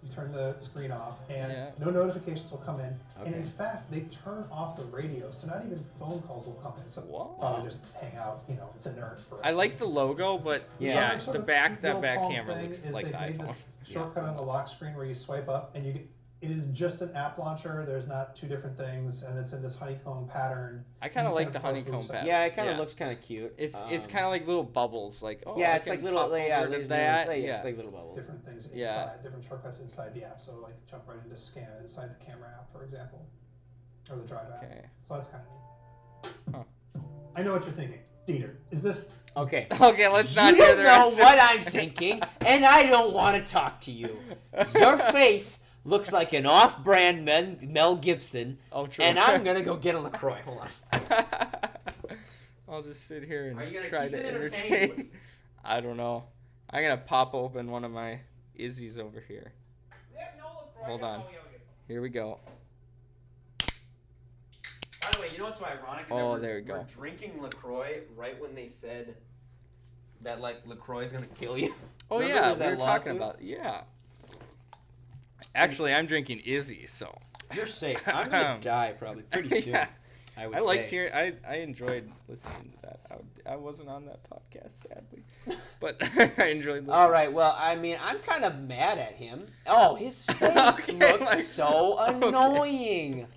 C: you turn the screen off, and
B: Yeah.
C: no notifications will come in. And in
A: Okay.
C: fact, they turn off the radio, so not even phone calls will come in. So
B: Wow.
C: probably just hang out. You know, it's inert for.
B: I like the logo, but
A: Yeah.
B: yeah,
C: Another sort
B: the
C: of
B: back
C: video
B: that back
C: call
B: camera
C: thing
B: looks
C: is
B: like
C: they
B: the
C: made
B: iPhone.
C: This shortcut on the lock screen where you swipe up, and you get. It is just an app launcher. There's not two different things, and it's in this honeycomb pattern.
B: I kind
C: You
B: of like
C: can
B: the
C: approach
B: honeycomb
C: those-
B: pattern.
A: Yeah, it kind of
B: Yeah.
A: looks kind of cute.
B: It's it's
A: Um,
B: kind of like little bubbles, like oh
A: yeah,
B: I
A: it's like
B: can
A: little
B: pop
A: like, yeah,
B: over to
A: there's
B: that.
A: that. Like, yeah,
B: yeah.
A: it's like little bubbles.
C: different things inside,
B: Yeah.
C: different shortcuts inside the app. So like jump right into scan inside the camera app, for example, or the drive app.
B: Okay.
C: So that's kind of neat. I know what you're thinking, Dieter. Is this?
A: Okay.
B: Okay, let's not
A: you
B: hear the
A: know
B: rest.
A: what
B: of...
A: I'm thinking, and I don't want to talk to you. Your
B: Oh,
A: face looks like an off-brand Men- Mel Gibson,
B: Oh, true.
A: and I'm gonna go get a Lacroix. Hold on.
B: I'll just sit here
A: Are you
B: and
A: gonna
B: try
A: keep
B: to
A: it entertained?
B: entertain. I don't know. I'm gonna pop open one of my Izzy's over here. Hold on. Here we go.
A: By the way, you know what's so ironic? is that
B: Oh,
A: we're-
B: there we go.
A: We're drinking Lacroix right when they said that like Lacroix is gonna kill you.
B: Oh
A: Remember
B: yeah,
A: there's
B: we
A: that
B: were talking
A: lawsuit?
B: about yeah. Actually, I'm drinking Izzy, so
A: You're safe. I'm gonna die probably pretty soon.
B: Yeah.
A: I would.
B: I liked
A: say.
B: hearing. I I enjoyed listening to that. I, would- I wasn't on that podcast, sadly, but I enjoyed listening.
A: All right. Well, I mean, I'm kind of mad at him. Oh, his face
B: Okay,
A: looks
B: like-
A: so
B: okay.
A: annoying.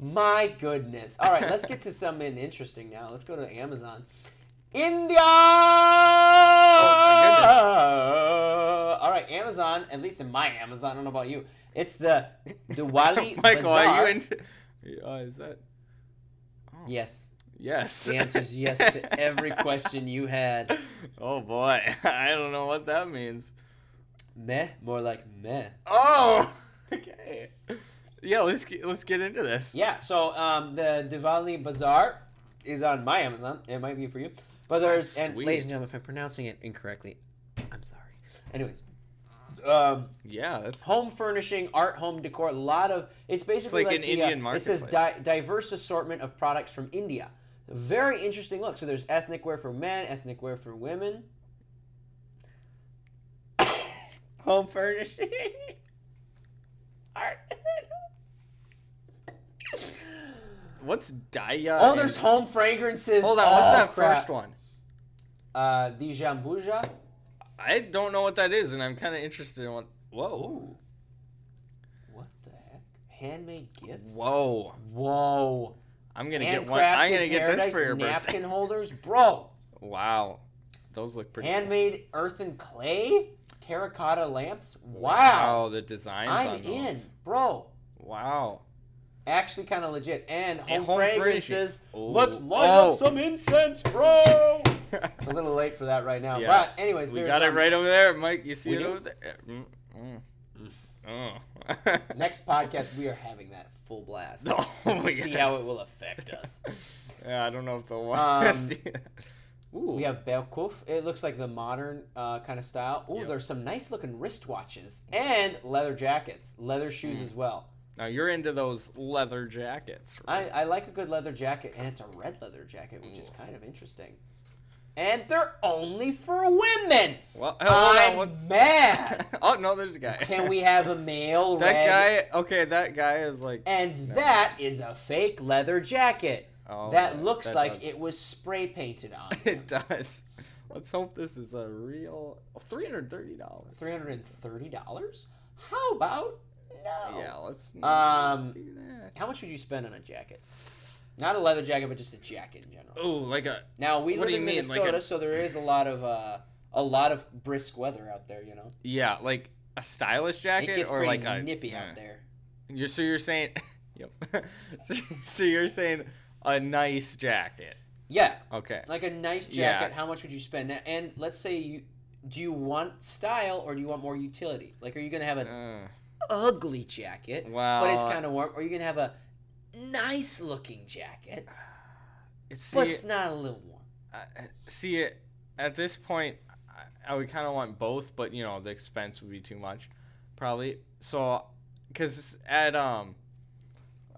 A: My goodness. All right, let's get to something interesting now. Let's go to Amazon.
B: Oh,
A: India. All right, Amazon. At least in my Amazon, I don't know about you. It's the Diwali
B: Michael,
A: Bazaar.
B: are you into? Uh, is that
A: Yes.
B: yes?
A: The answer is yes to every question you had.
B: Oh boy, I don't know what that means.
A: Meh, more like meh.
B: Oh, okay. Yeah, let's get, let's get into this.
A: Yeah, so um, the Diwali Bazaar is on my Amazon. It might be for you. But there's,
B: That's
A: and ladies
B: Ah, sweet.
A: and gentlemen, if I'm pronouncing it incorrectly, I'm sorry. Anyways, um,
B: Yeah, that's
A: home furnishing, art, home decor, a lot of, it's basically
B: like an
A: the, uh,
B: Indian
A: It says
B: marketplace.
A: di- diverse assortment of products from India. Very interesting look. So there's ethnic wear for men, ethnic wear for women. home furnishing. art.
B: what's Daya.
A: Oh,
B: and-
A: there's home fragrances.
B: Hold on, what's
A: Oh,
B: that
A: crap.
B: first one?
A: Uh, Dijambuja.
B: I don't know what that is, and I'm kind of interested in what. Whoa,
A: Ooh. What the heck? Handmade gifts.
B: whoa!
A: Whoa.
B: I'm gonna get one. I'm gonna get this for your
A: napkin
B: birthday.
A: holders, bro.
B: Wow, those look pretty. cool.
A: Handmade earth and clay, terracotta lamps. Wow.
B: Wow, the designs on
A: I'm in,
B: those.
A: bro.
B: Wow.
A: Actually, kind of legit. And home,
B: And home furnishing.
A: fragrances.
B: Oh.
A: Let's light
B: Oh.
A: up some incense, bro. A little late for that right now,
B: Yeah.
A: but anyways,
B: we
A: there's
B: got it
A: um,
B: right over there, Mike. You see
A: We
B: it
A: do?
B: over there? Mm, mm. Oh.
A: Next podcast, we are having that full blast.
B: Oh,
A: just to
B: my
A: see how
B: gosh.
A: it will affect us.
B: yeah, I don't know if they'll want to
A: Um,
B: see that. Ooh.
A: We have Belkoof. It looks like the modern uh, kind of style. Ooh,
B: Yep.
A: there's some nice looking wristwatches and leather jackets, leather shoes as well.
B: Now you're into those leather jackets.
A: I, I like a good leather jacket, and it's a red leather jacket, which is kind of interesting. And they're only for women.
B: Well, hold on.
A: I'm
B: What?
A: mad.
B: Oh no, there's a guy.
A: Can we have a male
B: That
A: red?
B: guy. Okay, that guy is like.
A: And that is a fake leather jacket.
B: Oh,
A: that looks
B: that
A: like
B: does.
A: it was spray painted on.
B: It does. Let's hope this is a real. Three hundred thirty dollars.
A: Three hundred and thirty dollars? How about no?
B: Yeah, let's. not
A: Oh. Um,
B: do that.
A: How much would you spend on a jacket? Not a leather jacket, but just a jacket in general.
B: Oh, like a
A: Now we
B: What
A: live
B: do you
A: in
B: mean, like
A: Minnesota,
B: a-
A: so there is a lot of uh, a lot of brisk weather out there. You know,
B: yeah, like a stylish
A: it
B: jacket
A: gets
B: or
A: pretty
B: like a eh.
A: nippy
B: yeah.
A: out there.
B: You're so you're saying, yep. so, so you're saying a nice jacket.
A: Yeah,
B: Okay.
A: like a nice
B: Yeah.
A: jacket. How much would you spend? And let's say you do you want style or do you want more utility? Like, are you gonna have an
B: Uh,
A: ugly jacket, but it's
B: Well,
A: kind of warm, or are you gonna have a nice looking jacket,
B: it's
A: but
B: Uh, see,
A: it's not a little warm?
B: I, see at this point I, I would kind of want both but you know the expense would be too much probably so because at um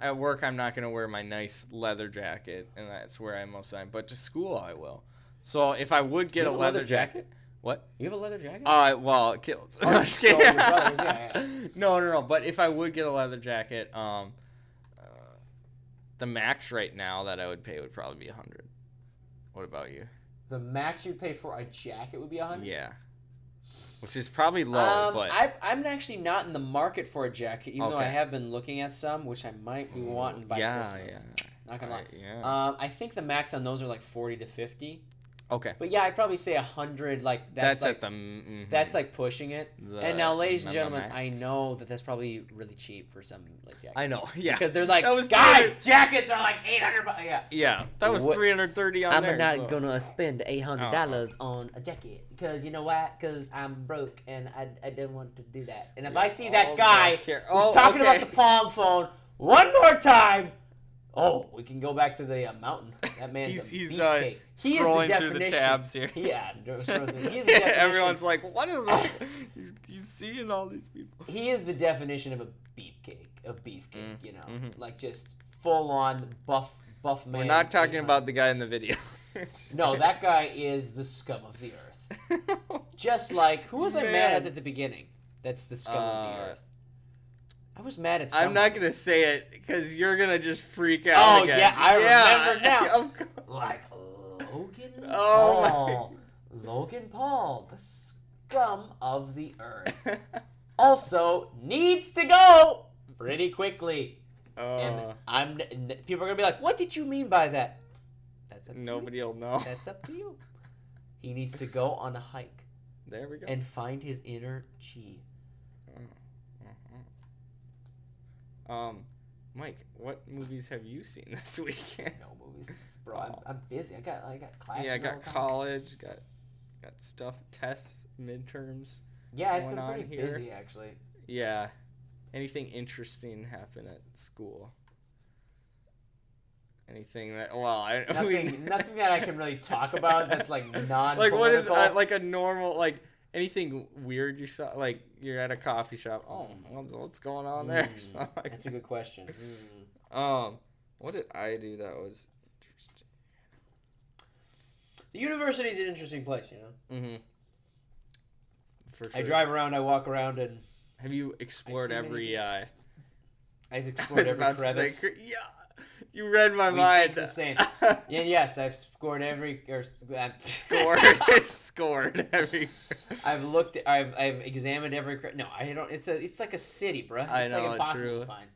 B: at work i'm not going to wear my nice leather jacket and that's where i most time but to school i will so if i would get
A: You
B: a
A: have
B: leather, jacket, what
A: You have a leather jacket.
B: uh well ki-
A: Oh,
B: I'm just kidding.
A: so your brother's- yeah, yeah.
B: no no no but if i would get a leather jacket um uh, the max right now that i would pay would probably be 100 what about you
A: the max you'd pay for a jacket would be a hundred.
B: Yeah. Which is probably low,
A: um,
B: but
A: I, I'm actually not in the market for a jacket, even though I
B: Okay.
A: have been looking at some, which I might be wanting by
B: yeah,
A: Christmas. Not
B: yeah.
A: gonna lie.
B: I- yeah.
A: Um, I think the max on those are like forty to fifty.
B: okay.
A: But yeah, I'd probably say a hundred. Like that's,
B: That's,
A: like
B: at the mm
A: that's like pushing it.
B: The
A: and now, ladies and
B: minimum
A: gentlemen, I
B: max.
A: know that that's probably really cheap for some like jacket
B: I know. Yeah.
A: because they're like
B: That was
A: guys,
B: thirty-
A: jackets are like eight hundred bucks. Yeah.
B: Yeah, that was
A: What-
B: 330 on there. so- Uh-uh.
A: gonna spend eight hundred
B: $800
A: on a jacket because you know why? Because I'm broke and I, I didn't want to do that. And if
B: I see that Oh, guy don't care. who's Oh, talking about okay. the
A: palm phone one more time, oh, we can go back to the uh, mountain. That man's
B: He's- he's, uh,
A: He is
B: scrolling through the tabs here.
A: Yeah, I'm scrolling through- he is the definition.
B: Everyone's like, "What is wrong?" he's, he's seeing all these people.
A: he is the definition of a beefcake. A beefcake, you know,
B: mhm.
A: like just full on buff buff man.
B: We're not talking
A: you know.
B: about the guy in the video. Just
A: No,
B: kidding.
A: that guy is the scum of the earth. Just like who was I mad at
B: Man.
A: at the beginning? That's the scum of the
B: Uh,
A: earth. I was mad at. Someone.
B: I'm not gonna say it because you're gonna just freak out.
A: Oh,
B: again.
A: yeah, I remember now.
B: of course.
A: like Logan
B: Oh my-
A: Paul. Logan Paul, the scum of the earth, also needs to go pretty quickly.
B: Oh,
A: And I'm n- people are gonna be like, "What did you mean by that?" That's up to you.
B: nobody'll know.
A: That's up to you. He needs to go on a hike
B: There we go.
A: and find his inner chi.
B: Um, Mike, what movies have you seen this week?
A: No movies, It's- bro. I'm, I'm busy. I got I got classes.
B: yeah, I
A: all
B: got
A: the time.
B: college, got got stuff, tests, midterms.
A: Yeah, it's
B: going
A: been
B: on
A: pretty
B: here.
A: busy actually.
B: Yeah. Anything interesting happen at school? Anything that well, I we-
A: Nothing, nothing that I can really talk about that's like non.
B: like what is uh, like a normal like anything weird you saw like you're at a coffee shop oh what's, what's going on there So, like,
A: Mm, That's a good question. Mm.
B: um what did i do that was interesting
A: The university's an interesting place, you know.
B: mm-hmm. for sure
A: I drive around, I walk around, and
B: have you explored
A: see many
B: every
A: people.
B: uh
A: I've
B: I
A: explored
B: was
A: every
B: about to
A: crevice.
B: say, cre- yeah you read my
A: We think
B: mind
A: the same. Yeah, yes, I've scored every or i
B: scored scored every
A: I've looked. I've I've examined every. cra- No, I don't. It's a. It's like a city, bruh. It's
B: I know,
A: like impossible
B: true.
A: to find.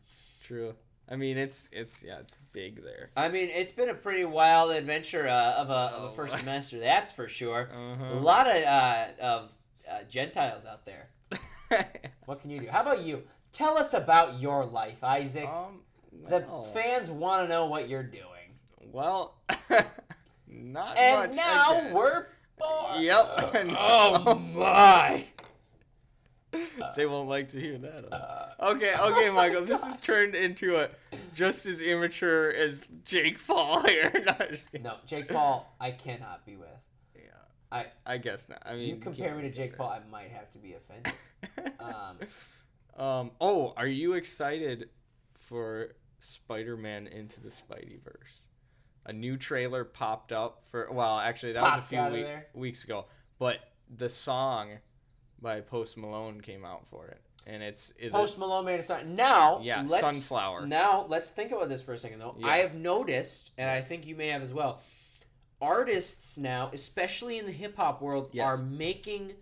B: true i mean it's it's yeah it's big there
A: I mean, it's been a pretty wild adventure uh, of, a, of a
B: Oh.
A: first semester. That's for sure. A
B: uh-huh.
A: lot of uh, of uh, Gentiles out there. What can you do? How about you? Tell us about your life, Isaac.
B: um
A: the
B: well.
A: fans want to know what you're doing.
B: Well, not
A: And
B: much.
A: now
B: again.
A: we're bored.
B: Yep.
A: Oh my.
B: they won't like to hear that.
A: Uh,
B: okay, okay, Michael. This has turned into a just as immature as Jake Paul here. No, I'm just kidding.
A: No, Jake Paul, I cannot be with.
B: Yeah,
A: I
B: I guess not. I mean,
A: you compare me to
B: can't
A: Jake Paul, I might have to be offended. Um,
B: um. Oh, are you excited for Spider-Man into the Spideyverse? A new trailer popped up for. Well, actually, that was
A: Popped
B: a few
A: out of
B: week,
A: there.
B: weeks ago. But the song by Post Malone came out for it, and it's it,
A: Post Malone made a song. Now,
B: yeah
A: let's,
B: Sunflower.
A: Now let's think about this for a second, though. I
B: Yeah.
A: have noticed, and I
B: Yes.
A: think you may have as well. Artists now, especially in the hip hop world,
B: Yes.
A: are making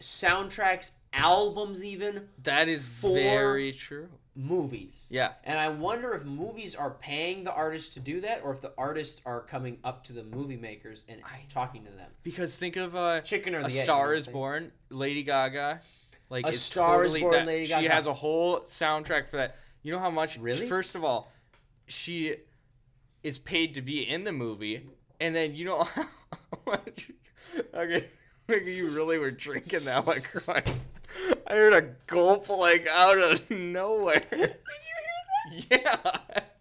A: soundtracks, albums, even
B: that is
A: for-
B: very true.
A: movies.
B: Yeah,
A: And I wonder if movies are paying the artists to do that, or if the artists are coming up to the movie makers and talking to them.
B: because think of uh,
A: Chicken or the
B: A
A: egg, you know
B: Star
A: what
B: Is
A: I'm saying?
B: Born, Lady Gaga. Like
A: A
B: it's
A: Star Is
B: totally
A: Born,
B: that-
A: Lady
B: She
A: Gaga.
B: has a whole soundtrack for that. You know how much?
A: Really?
B: First of all, she is paid to be in the movie, and then you know how much. Okay, Like you really were drinking that one, Croy. I heard a gulp like out of nowhere. Did you hear that?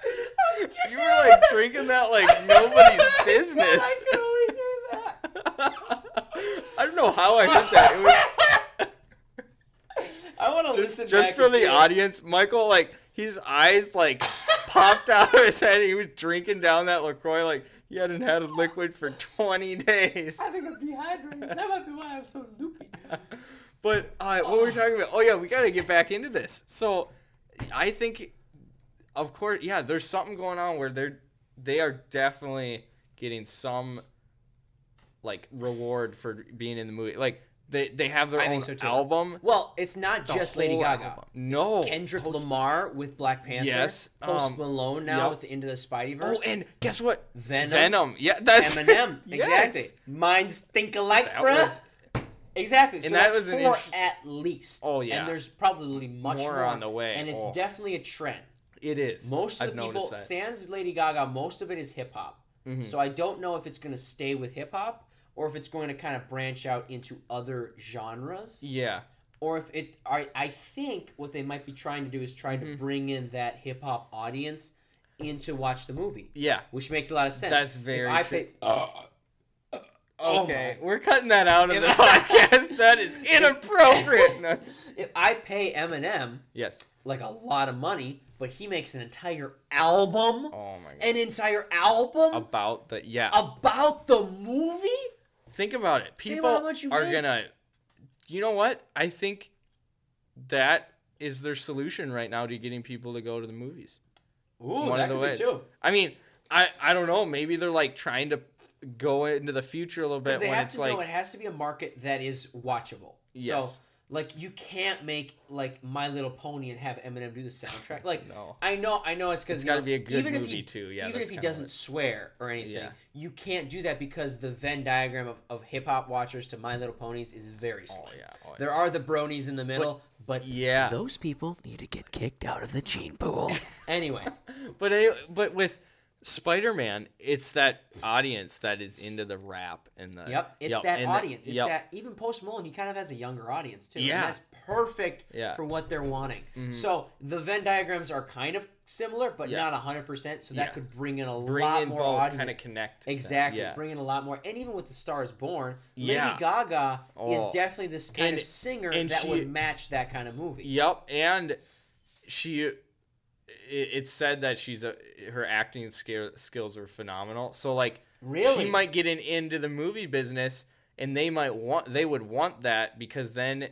B: Yeah. You were like drinking that like nobody's business. I don't know how I heard that. It was,
A: I want to
B: just
A: listen
B: just
A: back
B: for
A: and
B: the
A: see.
B: audience, Michael, like his eyes like popped out of his head. He was drinking down that Lacroix like he hadn't had a liquid for 20 days.
A: I think I'm dehydrated. That might be why I'm so loopy.
B: But uh, what were we talking about? Oh yeah, we got to get back into this. So I think, of course, yeah, there's something going on where they're they are definitely getting some like reward for being in the movie. Like they they have their
A: I
B: own
A: think so, too.
B: album.
A: Well, it's not
B: the
A: just Lady
B: whole
A: Gaga.
B: album. No.
A: Kendrick Lamar with Black Panther.
B: Yes,
A: Post
B: um,
A: Malone now
B: yep.
A: with the Into the Spideyverse.
B: Oh, and guess what?
A: Venom.
B: Venom. Yeah, that's
A: Eminem.
B: Yes.
A: Exactly. Minds think alike,
B: That
A: bruh.
B: was-
A: Exactly. So
B: And that
A: that's
B: was an
A: four
B: interest-
A: at least.
B: Oh, yeah.
A: And there's probably much
B: More
A: more,
B: on the way.
A: And it's
B: Oh.
A: definitely a trend.
B: It is.
A: Most of
B: I've
A: the people,
B: noticed that. Mm-hmm.
A: sans Lady Gaga, most of it is hip hop. So I don't know if it's going to stay with hip hop or if it's going to kind of branch out into other genres
B: yeah.
A: or if it I, I think what they might be trying to do is try
B: Mm-hmm.
A: to bring in that hip hop audience in to watch the movie.
B: Yeah.
A: Which makes a lot of sense.
B: That's
A: If
B: very
A: I
B: true.
A: pay- Oh
B: Okay, we're cutting that out of the podcast. That is inappropriate. No.
A: if I pay Eminem
B: Yes.
A: like a lot of money, but he makes an entire album,
B: Oh my god.
A: an entire album
B: about the yeah.
A: about the movie.
B: Think about it.
A: Think
B: People
A: about how much you
B: are
A: make.
B: gonna. You know what? I think that is their solution right now to getting people to go to the movies.
A: Ooh,
B: One of the ways. I mean, I I don't know. Maybe they're like trying to go into the future a little
A: Because
B: bit
A: they
B: when
A: have
B: it's
A: to
B: like
A: know it has to be a market that is watchable.
B: Yes.
A: So, like you can't make like My Little Pony and have Eminem do the soundtrack. Like
B: No.
A: I know, I know it's because
B: It's gotta be a good movie, too. Yeah,
A: Even
B: that's
A: if he
B: kinda
A: doesn't
B: what-
A: swear or anything,
B: Yeah.
A: you can't do that because the Venn diagram of, of hip hop watchers to My Little Ponies is very slim.
B: yeah, oh, yeah.
A: There are the bronies in the middle, but,
B: yeah.
A: those people need to get kicked out of the gene pool. Anyways,
B: But any, but with Spider Man, it's that audience that is into the rap and the
A: Yep, it's
B: Yep,
A: that
B: Uh, and the-
A: audience. it's
B: yep.
A: that even Post Malone, he kind of has a younger audience too. and
B: Yeah.
A: that's perfect
B: Yeah. Mm-hmm.
A: for what they're wanting. So the Venn diagrams are kind of similar, but
B: Yeah.
A: not not hundred percent. So
B: Yeah.
A: that could bring in a
B: bring
A: lot
B: in
A: more
B: both,
A: audience.
B: kind of connect them.
A: Exactly,
B: Yeah.
A: bring in a lot more, and even with the stars born,
B: Yeah.
A: Lady Gaga is
B: Oh.
A: definitely this kind
B: And-
A: of singer
B: and
A: that
B: she-
A: would match that kind of movie.
B: Yep, and she it, it's said that she's a her acting skill, skills are phenomenal. So like
A: Really?
B: she might get an into the movie business and they might want they would want that because then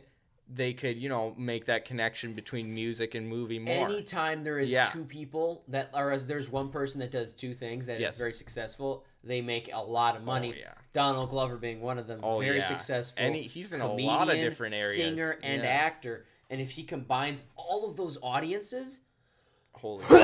B: they could, you know, make that connection between music and movie more.
A: Anytime there is
B: Yeah.
A: two people that are, as there's one person that does two things that is
B: Yes. Oh,
A: very successful, they make a lot of money.
B: yeah.
A: Donald Glover being one of them,
B: Oh,
A: very
B: yeah.
A: successful.
B: And he- he's in a lot of different areas.
A: Singer and
B: Yeah.
A: actor, and if he combines all of those audiences,
B: Holy
A: he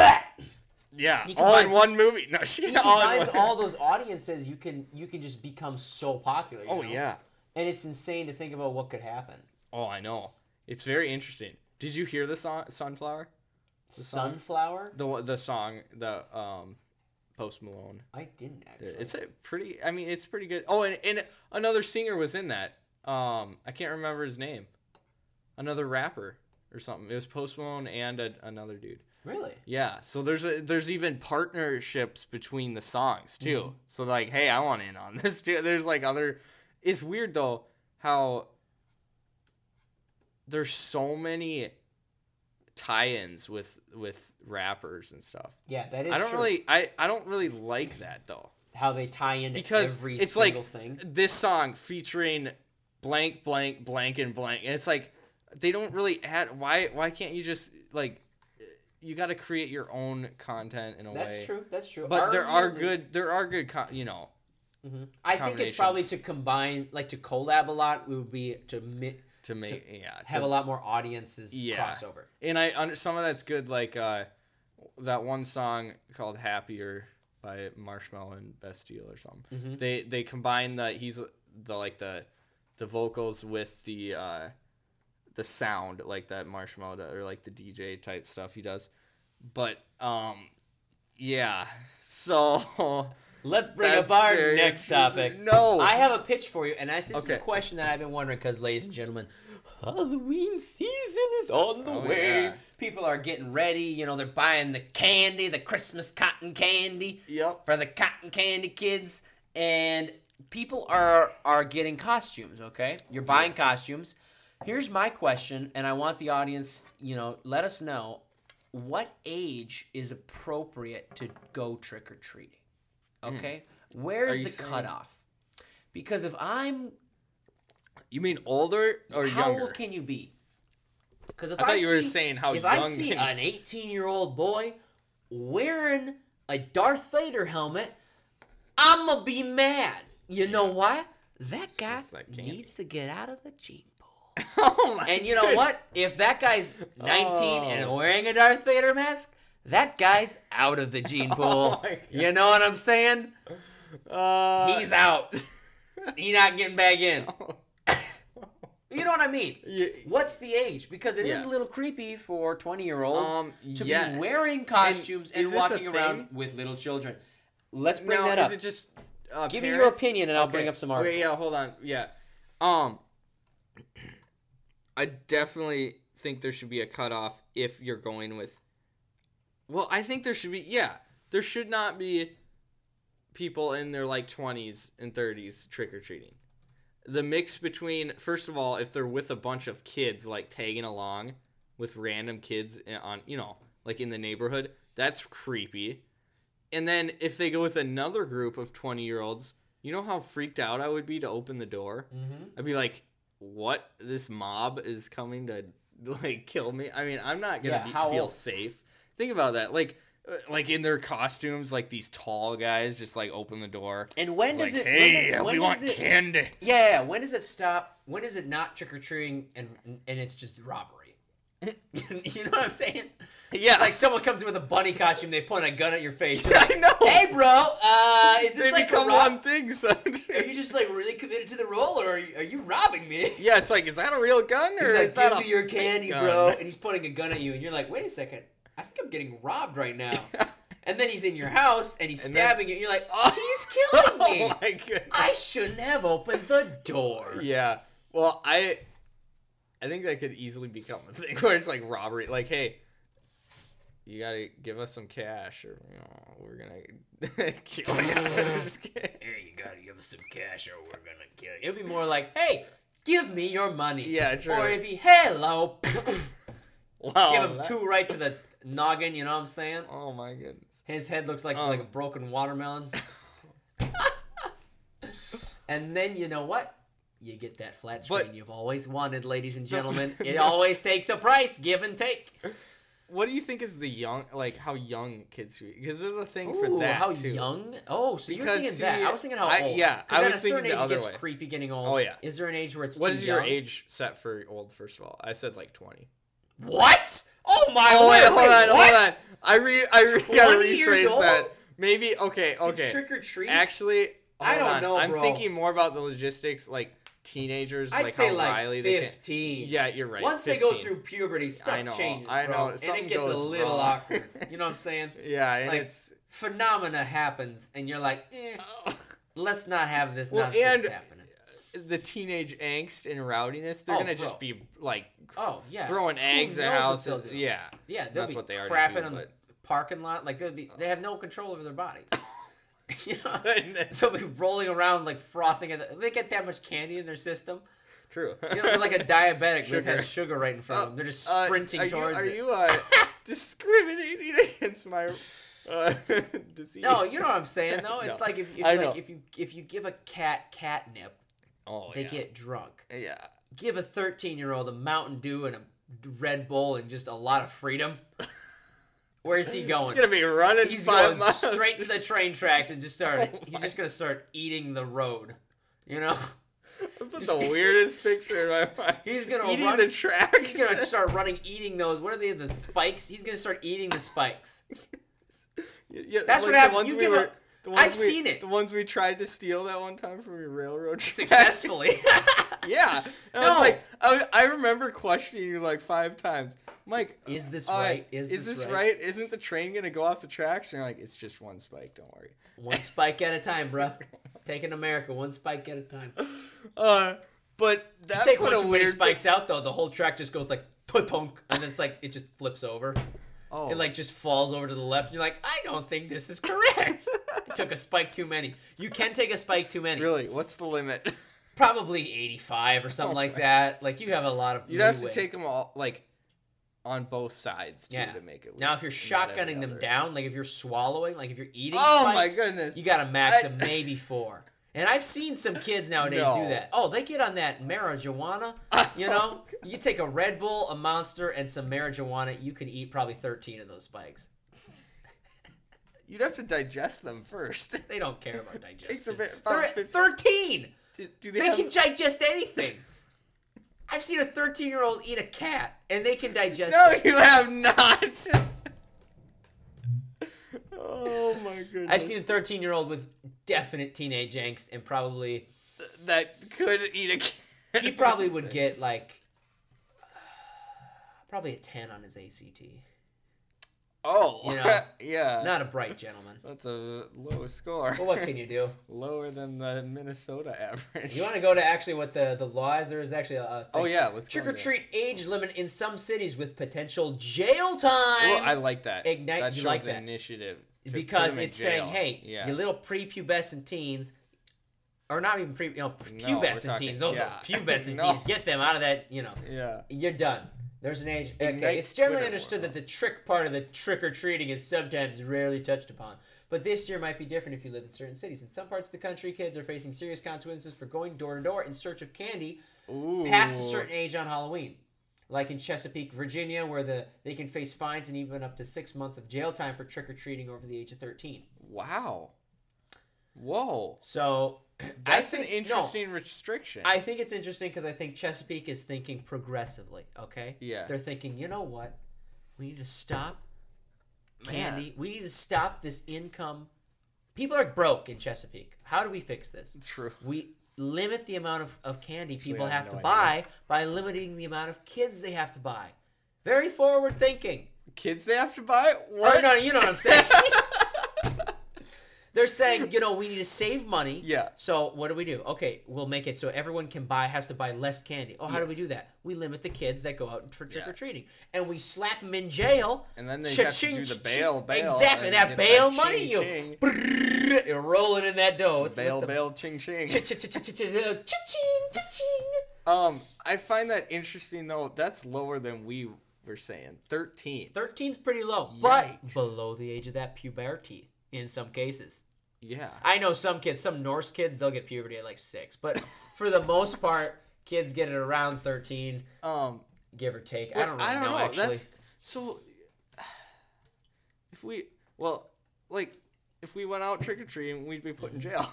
B: Yeah,
A: He
B: all in
A: combines-
B: one movie. No, she all in
A: combines
B: one.
A: all those audiences, you can you can just become so popular. you
B: oh
A: know?
B: yeah.
A: and it's insane to think about what could happen.
B: Oh, I know. It's very interesting. Did you hear the song Sunflower? song?
A: Sunflower,
B: The one- the song the um Post Malone.
A: I didn't actually.
B: It's a pretty. I mean, it's pretty good. Oh, and, and another singer was in that. Um, I can't remember his name. Another rapper or something. It was Post Malone and a, another dude.
A: really.
B: Yeah. So there's a there's even partnerships between the songs too. So like, hey, I want in on this too. There's like other. It's weird though how there's so many tie-ins with with rappers and stuff.
A: Yeah, that is.
B: I don't
A: true.
B: really I I don't really like that though
A: how they tie into
B: because
A: every
B: it's
A: single
B: like
A: thing.
B: this song featuring blank blank blank and blank and it's like they don't really add why why can't you just like you got to create your own content in a way
A: That's true. That's true.
B: but there are
A: R&B.
B: good there are good con- you know
A: Mm-hmm. I think it's probably
B: combinations.
A: to combine, like to collab a lot. It would be to mi-
B: to make yeah to-
A: have a lot more audiences
B: Yeah.
A: crossover.
B: and i under some of that's good like uh that one song called happier by marshmallow and bastille or something
A: Mm-hmm.
B: they they combine the he's the like the the vocals with the uh the sound like that marshmallow do- or like the dj type stuff he does but um yeah so
A: Let's bring
B: That's
A: up our
B: very
A: next
B: confusing.
A: topic.
B: No.
A: I have a pitch for you, and I, this is a
B: Okay.
A: question that I've been wondering because, ladies and gentlemen, Halloween season is on the
B: Oh,
A: way.
B: yeah.
A: People are getting ready. You know, they're buying the candy, the Christmas cotton candy
B: Yep.
A: for the cotton candy kids, and people are are getting costumes. Okay, you're buying costumes. Here's my question, and I want the audience, you know, let us know what age is appropriate to go trick or treating. Okay, where's
B: Hmm. you
A: the
B: saying-
A: cutoff? Because if I'm,
B: You mean older or
A: how
B: younger?
A: old can you be? Because if
B: I thought you were
A: see-
B: saying how
A: if
B: young.
A: I see
B: can-
A: an 18 year old boy wearing a Darth Vader helmet, I'm gonna be mad. You know why? That guy
B: Smells like candy.
A: needs to get out of the gene pool.
B: oh my
A: And you know what? If that guy's 19 and
B: Oh.
A: wearing a Darth Vader mask, that guy's out of the gene pool.
B: my God.
A: you know what I'm saying?
B: Uh,
A: He's out. He's not getting back in. You know what I mean?
B: Ye-
A: What's the age? Because it is
B: Yeah.
A: a little creepy for 20 year olds
B: Um,
A: to
B: yes.
A: be wearing
B: And
A: costumes and,
B: is this a
A: walking around
B: thing?
A: with little children. Let's bring
B: Now,
A: that up.
B: is it just uh,
A: Give me your
B: parents?
A: opinion and I'll bring up some articles.
B: Okay, yeah, hold on. Yeah. Um I definitely think there should be a cutoff if you're going with Well, I think there should be yeah. There should not be people in their like 20s and 30s trick or treating. The mix between first of all, if they're with a bunch of kids like tagging along with random kids in- on, you know, like in the neighborhood, that's creepy. And then if they go with another group of 20 year olds, you know how freaked out I would be to open the door?
A: mm-hmm.
B: I'd be like, what? This mob is coming to like kill me? I mean, I'm not going
A: Yeah,
B: to
A: how
B: feel
A: old?
B: safe. Think about that. Like, uh, like in their costumes, like these tall guys just like open the door.
A: And when
B: It's
A: does
B: like,
A: it? when
B: hey,
A: does- when
B: we
A: does
B: want
A: it-
B: candy.
A: Yeah, yeah, yeah. When does it stop? When is it not trick or treating and and it's just robbery? you know what I'm saying?
B: Yeah,
A: Like someone comes in with a bunny costume, they point a gun at your face. You're
B: I
A: like,
B: know.
A: Hey, bro, uh, is this
B: they
A: like a
B: become
A: rob-
B: one thing. So
A: Are you just like really committed to the role, or are you, are you robbing me?
B: yeah, it's like, is that a real gun or
A: He's like,
B: is that
A: give
B: a
A: me your candy,
B: gun?"
A: bro. And he's pointing a gun at you, and you're like, wait a second, I think I'm getting robbed right now. and then he's in your house, and he's
B: And then-
A: stabbing you, and you're like, oh, he's killing me.
B: Oh my goodness.
A: I shouldn't have opened the door.
B: Yeah. Well, I I think that could easily become a thing where it's like robbery. Like, hey, you gotta give us some cash, or you know, we're gonna kill you. Just kidding.
A: Here, you gotta give us some cash, or we're gonna kill you. It'd be more like, hey, give me your money.
B: Yeah, true.
A: Or it'd be, hello.
B: Wow.
A: Give him
B: that-
A: two right to the noggin, you know what I'm saying?
B: Oh my goodness.
A: His head looks like like a
B: Um.
A: broken watermelon. and then you know what? You get that flat screen
B: But-
A: you've always wanted, ladies and gentlemen. it always takes a price, give and take.
B: What do you think is the young, like how young kids should be? Because there's a thing
A: Ooh,
B: for that
A: how
B: too.
A: young? Oh, so you're
B: Because,
A: thinking that?
B: see,
A: I was thinking how
B: I-
A: old.
B: yeah,
A: 'Cause
B: I
A: at
B: was
A: a
B: thinking
A: certain
B: the
A: age it
B: other
A: gets
B: way.
A: creepy getting old.
B: Oh, yeah.
A: Is there an age where it's
B: What
A: too
B: is your
A: young?
B: age set for old? First of all, I said like twenty.
A: What? Oh my!
B: Oh wait,
A: wait,
B: hold on,
A: what?
B: hold on. I re, I re, gotta
A: 20 years
B: rephrase
A: old?
B: that. Maybe okay,
A: Dude,
B: okay.
A: Trick or treat?
B: Actually,
A: I
B: hold
A: don't
B: on.
A: know,
B: I'm
A: bro.
B: thinking more about the logistics, like teenagers,
A: I'd
B: like
A: say
B: how
A: like
B: Riley they can.
A: fifteen.
B: Yeah, you're right.
A: Once they go
B: 15.
A: through puberty, stuff
B: know,
A: changes,
B: I
A: bro,
B: know,
A: and
B: something
A: it gets a
B: goes
A: little
B: wrong.
A: awkward. You know what I'm saying?
B: yeah, and
A: like-
B: it's
A: Phenomena happens, and you're like, eh, let's not have this
B: Well,
A: nonsense
B: and-
A: happening.
B: the teenage angst and rowdiness. They're
A: Oh,
B: gonna
A: bro.
B: just be like
A: Oh yeah,
B: throwing eggs at
A: knows what they'll
B: houses.
A: do?
B: Yeah,
A: yeah. They'll
B: that's
A: be
B: what they already
A: crapping
B: do,
A: on
B: but-
A: the parking lot. Like they'll be, they have no control over their bodies. you know,
B: Goodness.
A: they'll be rolling around like frothing at. The, they get that much candy in their system.
B: true.
A: You know, they're like a diabetic who
B: Sugar.
A: has sugar right in front
B: Uh,
A: of them. They're just
B: Uh,
A: sprinting
B: are
A: towards
B: you, are
A: it.
B: you uh, discriminating against my uh, disease?
A: No, you know what I'm saying though.
B: No.
A: It's like if, if
B: I
A: like
B: know.
A: if you if you give a cat catnip,
B: Oh,
A: they
B: yeah.
A: get drunk.
B: yeah.
A: Give a 13 year old a Mountain Dew and a Red Bull and just a lot of freedom. Where's he going?
B: He's gonna be running
A: He's
B: five
A: going
B: miles.
A: straight to the train tracks and just start.
B: Oh
A: he's
B: my-
A: just gonna start eating the road. You know,
B: That's
A: Just-
B: the weirdest picture in my mind.
A: He's gonna
B: eating
A: run-
B: the tracks.
A: he's gonna start running, eating those. What are they? The spikes. He's gonna start eating the spikes.
B: Yeah,
A: That's what
B: like the
A: happens.
B: ones
A: You
B: we
A: give
B: were-
A: a
B: The
A: I've
B: ones we-
A: seen it.
B: The ones we tried to steal that one time from your railroad track.
A: successfully.
B: Yeah. And I was
A: No.
B: like, I, I remember questioning you like five times. Mike,
A: Is this
B: uh,
A: right?
B: Is, this, right? Isn't the train gonna go off the tracks? And you're like, it's just one spike. Don't worry.
A: One spike at a time, bruh. Taking America one spike at a time.
B: Uh, but that
A: Take one
B: put a
A: too many
B: weird
A: spikes out though, the whole track just goes like tonk, and it's like it just flips over.
B: Oh,
A: It like just falls over to the left. And you're like, I don't think this is correct. I took a spike too many. You can take a spike too many.
B: really? What's the limit?
A: Probably 85 or something like that. Like you have a lot of.
B: Oh You'd have to
A: leeway.
B: take them all like on both sides too
A: Yeah.
B: to make it.
A: Now, if
B: work,
A: you're
B: and not every
A: shotgunning them
B: other.
A: down, like if you're swallowing, like if you're eating.
B: Oh
A: spikes,
B: my goodness!
A: You got a max
B: I-
A: of maybe four. And I've seen some kids nowadays do
B: No. Oh
A: that. Oh, they get on that marijuana. You know, you take a Red Bull, a Monster, and some marijuana. You can eat probably 13 of those spikes.
B: You'd have to digest them first.
A: They don't care about digestion.
B: bit-
A: They're
B: about
A: at
B: fif-
A: 13.
B: do, do they,
A: They
B: have?
A: can digest anything. I've seen a 13 year old eat a cat, and they can digest
B: No,
A: it.
B: you have not. oh my goodness!
A: I've seen a 13 year old with definite teenage angst, and probably
B: that could eat a. cat.
A: he probably would get like probably a 10 on his ACT.
B: Oh,
A: you know,
B: yeah.
A: Not a bright gentleman.
B: That's a low score.
A: Well, what can you do?
B: Lower than the Minnesota average.
A: You want to go to actually what the the law is? There is actually a, a
B: oh
A: thing.
B: yeah, let's go
A: trick or
B: into it.
A: treat age limit in some cities with potential jail time.
B: Well, I like that.
A: Ignite-
B: that
A: you
B: shows
A: like that.
B: initiative to put
A: because
B: them in
A: it's saying,
B: jail.
A: hey,
B: yeah.
A: you little prepubescent teens, or not even pre, you know,
B: No, we're
A: pubescent
B: talking-
A: teens. Those,
B: yeah.
A: those pubescent
B: No.
A: teens, get them out of that. You know,
B: yeah.
A: you're done. There's an age. Okay.
B: Ignite
A: It's generally
B: Twitter
A: understood
B: war.
A: that the trick part of the trick or treating is sometimes rarely touched upon. But this year might be different if you live in certain cities. In some parts of the country, kids are facing serious consequences for going door to door in search of candy
B: Ooh.
A: past a certain age on Halloween. Like in Chesapeake, Virginia, where the they can face fines and even up to six months of jail time for trick or treating over the age of thirteen.
B: Wow. Whoa.
A: So
B: That's
A: I think,
B: an interesting restriction.
A: No, I think it's interesting because I think Chesapeake is thinking progressively. Okay.
B: Yeah.
A: They're thinking, you know what? We need to stop candy. We need to stop this income. People are broke in Chesapeake. How do we fix this?
B: True.
A: we limit the amount of, of candy people
B: I
A: have
B: have
A: to
B: no
A: buy by limiting the amount of kids they have to buy. Very forward thinking.
B: Kids they have to buy?
A: Or,
B: What?
A: no, you know what I'm saying. They're saying, you know, we need to save money.
B: Yeah.
A: So what do we do? Okay, we'll make it so everyone can buy has to buy less candy. Oh, how do we
B: Yes.
A: do that? We limit the kids that go out for
B: Yeah.
A: trick or treating, and we slap them in jail.
B: And then they have to
A: Cha-ching,
B: do the
A: cha-ching.
B: bail, bail.
A: Exactly,
B: and
A: that
B: it's
A: bail
B: like
A: money.
B: ching,
A: You
B: ching.
A: you're rolling in that dough. It's
B: Bail, bail, ching, ching.
A: Cha-ching, cha-ching.
B: Um, I find that interesting though. That's lower than we were saying. Thirteen.
A: 13's pretty low, but
B: Yikes.
A: below the age of that puberty in some cases.
B: Yeah.
A: I know some kids, some Norse kids, they'll get puberty at like six, but for the most part, kids get it around 13,
B: Um,
A: give or take. I
B: But
A: don't really know, actually.
B: That's so. If we well, like if we went out trick or treating, we'd be put in jail.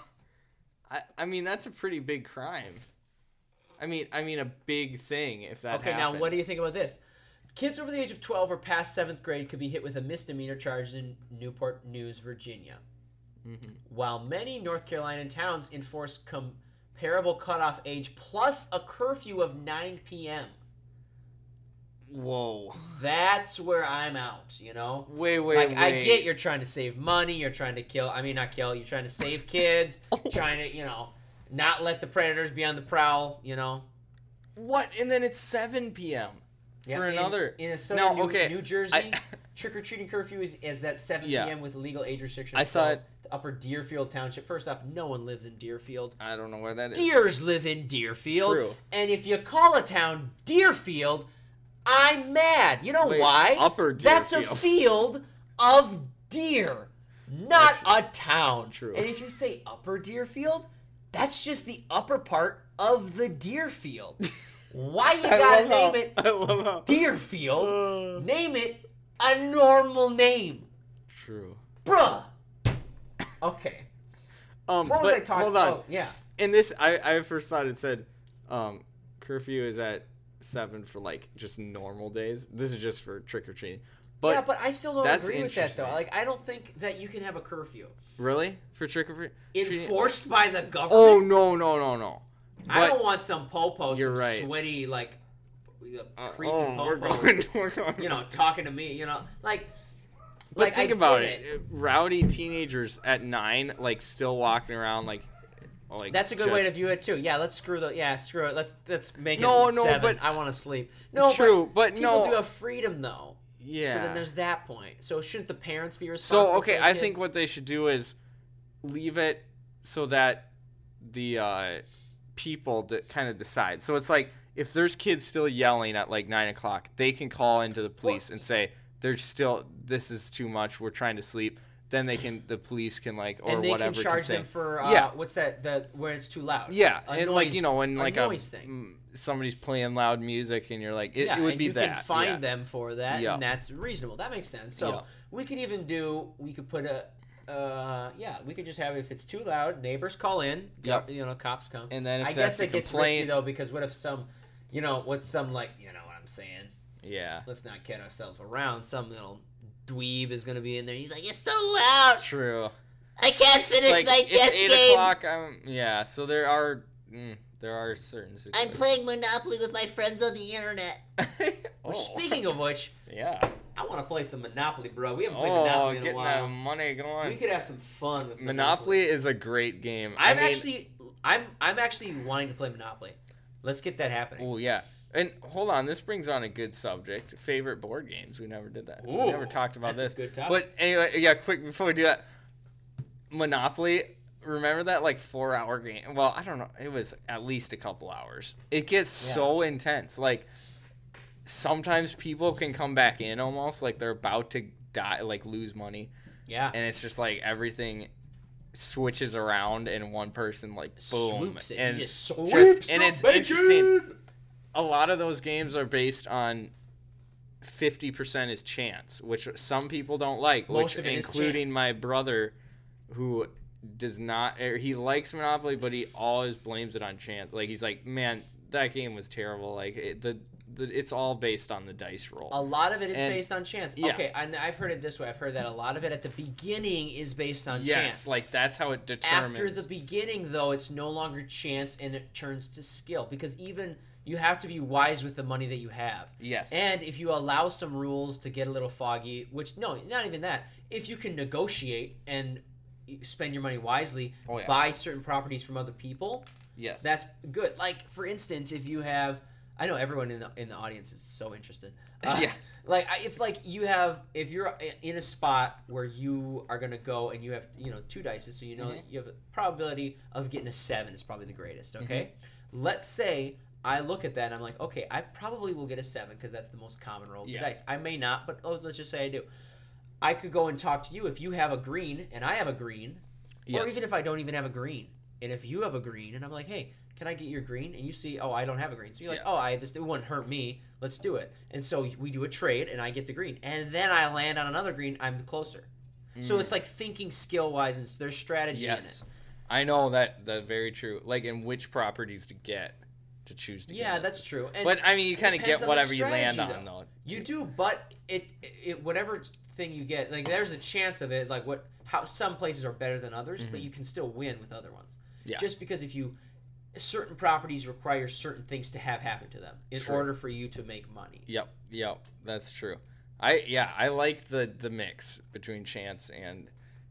B: I I mean that's a pretty big crime. I mean I mean a big thing if that.
A: Okay, now what do
B: happened.
A: you think about this? Kids over the age of 12 or past seventh grade could be hit with a misdemeanor charge in Newport News, Virginia. While many North Carolina towns enforce comparable cutoff age plus a curfew of 9 p.m.
B: Whoa!
A: That's where I'm out, you know?
B: Wait wait
A: like,
B: wait.
A: I get you're trying to save money, you're trying to kill, I mean, not kill, you're trying to save kids,
B: Oh.
A: trying to, you know, not let the predators be on the prowl, you know?
B: what and then it's seven p.m.
A: Yeah,
B: for
A: in-
B: another.
A: in a
B: Now,
A: southern New,
B: okay,
A: New Jersey,
B: I-
A: trick or treating curfew is, is at 7
B: Yeah.
A: p.m. with legal age restriction.
B: I
A: for
B: thought-
A: the upper Deerfield Township. First off, no one lives in Deerfield.
B: I don't know where that is.
A: Deers live in Deerfield,
B: True.
A: and if you call a town Deerfield, I'm mad. You know
B: Wait,
A: why?
B: upper
A: That's a
B: Deerfield.
A: field of deer, not a town.
B: True.
A: And if you say upper Deerfield, that's just the upper part of the Deerfield. Why you
B: I
A: gotta name
B: love how,
A: it
B: I love how.
A: Deerfield, name it a normal name.
B: True.
A: Bruh. Okay.
B: Um,
A: What was
B: but
A: I talking
B: hold on.
A: Oh, yeah.
B: and this I, I first thought it said um, curfew is at seven for like just normal days. This is just for trick or treating. But
A: yeah, but I still don't
B: that's
A: agree with that though.
B: interesting.
A: Like I don't think that you can have a curfew
B: really for trick or treat.
A: enforced by the government.
B: Oh no no no no.
A: I
B: But-
A: don't want some popo,
B: You're
A: some
B: right.
A: sweaty like
B: Uh,
A: creepy
B: oh, we're
A: popo,
B: going. We're going.
A: you know, talking to me, you know, like.
B: But
A: like, I
B: think about
A: get
B: it. Rowdy teenagers at nine, like still walking around, like, like
A: That's a good way to
B: just-
A: view it too. Yeah, let's screw the yeah, screw it. Let's let's make it
B: No, no,
A: seven.
B: but-
A: I want to sleep. No,
B: True, but
A: people
B: no.
A: do have freedom though.
B: Yeah.
A: So then there's that point. So shouldn't the parents be responsible?
B: So okay,
A: for their
B: I think
A: kids?
B: what they should do is leave it so that the uh, people that kind of decide. So it's like if there's kids still yelling at like nine o'clock, they can call into the police and say they're still this is too much. We're trying to sleep. Then they can the police can like or
A: and they
B: whatever
A: can charge
B: say,
A: them for uh,
B: Yeah.
A: what's that the where it's too loud.
B: yeah
A: A
B: and
A: noise,
B: like you know and like
A: a noise thing.
B: mm, somebody's playing loud music and you're like it,
A: yeah,
B: it would
A: and
B: be
A: you
B: that
A: can find
B: yeah.
A: them for that,
B: Yeah.
A: and that's reasonable. That makes sense. So
B: Yeah.
A: we could even do we could put a uh yeah we could just have if it's too loud neighbors call in
B: Yep.
A: you know cops come
B: And then if
A: I
B: that's
A: guess
B: a
A: it gets risky
B: complaint-
A: though because what if some you know what's some like you know what I'm saying
B: yeah
A: let's not kid ourselves around some little dweeb is gonna be in there he's like it's so loud
B: true
A: I can't finish
B: like,
A: my
B: it's
A: chess
B: eight
A: game
B: o'clock. I'm, yeah, so there are mm, there are certain
A: I'm
B: situations.
A: playing Monopoly with my friends on the internet
B: playing.
A: Which, speaking of which
B: Oh, yeah.
A: I want to play some Monopoly bro we haven't played
B: Oh,
A: Monopoly in a
B: getting
A: while
B: that money
A: we
B: going.
A: could have some fun with
B: Monopoly is a great game. I
A: I'm
B: mean-
A: actually, I'm, I'm actually wanting to play Monopoly. Let's get that happening.
B: Oh yeah. And hold on, this brings on a good subject. Favorite board games. We never did that. we never
A: Ooh,
B: talked about
A: that's a
B: this.
A: good topic.
B: But anyway, yeah, quick before we do that. Monopoly, remember that like 4-hour game? Well, I don't know. It was at least a couple hours. It gets so intense. Like sometimes people can come back in almost like they're about to die like lose money
A: Yeah,
B: and it's just like everything switches around and one person like boom
A: swoops it.
B: and
A: he just swoops
B: just- and
A: the
B: it's interesting. a lot of those games are based on 50% is chance, which some people don't like,
A: Most
B: which
A: of it is
B: including
A: chance.
B: my brother who does not er, he likes Monopoly but he always blames it on chance. Like he's like, "Man, that game was terrible." Like it, the, the it's all based on the dice roll.
A: A lot of it is
B: And-
A: based on chance.
B: yeah.
A: Okay, and I've heard it this way. I've heard that a lot of it at the beginning is based on
B: yes,
A: chance.
B: like that's how it determines.
A: After the beginning, though, it's no longer chance and it turns to skill because even you have to be wise with the money that you have.
B: Yes.
A: And if you allow some rules to get a little foggy, which no, not even that. If you can negotiate and spend your money wisely,
B: Oh, yeah.
A: buy certain properties from other people,
B: yes.
A: that's good. Like for instance, if you have, I know everyone in the in the audience is so interested. Uh,
B: Yeah.
A: Like I- if like you have if you're i- in a spot where you are gonna go and you have you know two dices, so you know
B: Mm-hmm.
A: that you have a probability of getting a seven is probably the greatest. Okay.
B: Mm-hmm.
A: Let's say I look at that and I'm like, okay, I probably will get a seven because that's the most common roll of
B: Yeah.
A: the dice. I may not, but oh, let's just say I do. I could go and talk to you if you have a green and I have a green, or
B: Yes.
A: even if I don't even have a green, and if you have a green, and I'm like, hey, can I get your green? And you see, oh, I don't have a green. So you're like,
B: Yeah.
A: oh, I this it wouldn't hurt me. Let's do it. And so we do a trade, and I get the green, and then I land on another green. I'm closer. So it's like thinking skill wise, and there's strategy
B: Mm. yes.
A: in it.
B: I know that that's very true. Like in which properties to get to choose to
A: Yeah,
B: get.
A: that's true. And
B: But
A: it's-
B: I mean, you kind of
A: depends
B: get
A: on the
B: whatever you land
A: strategy,
B: on, though.
A: You do, but it, it whatever thing you get, like there's a chance of it. Like what how some places are better than others, but you can still win with other ones.
B: Mm-hmm. Yeah.
A: Just because if you certain properties require certain things to have happen to them in
B: True.
A: order for you to make money.
B: Yep, yep, that's true. I yeah, I like the the mix between chance and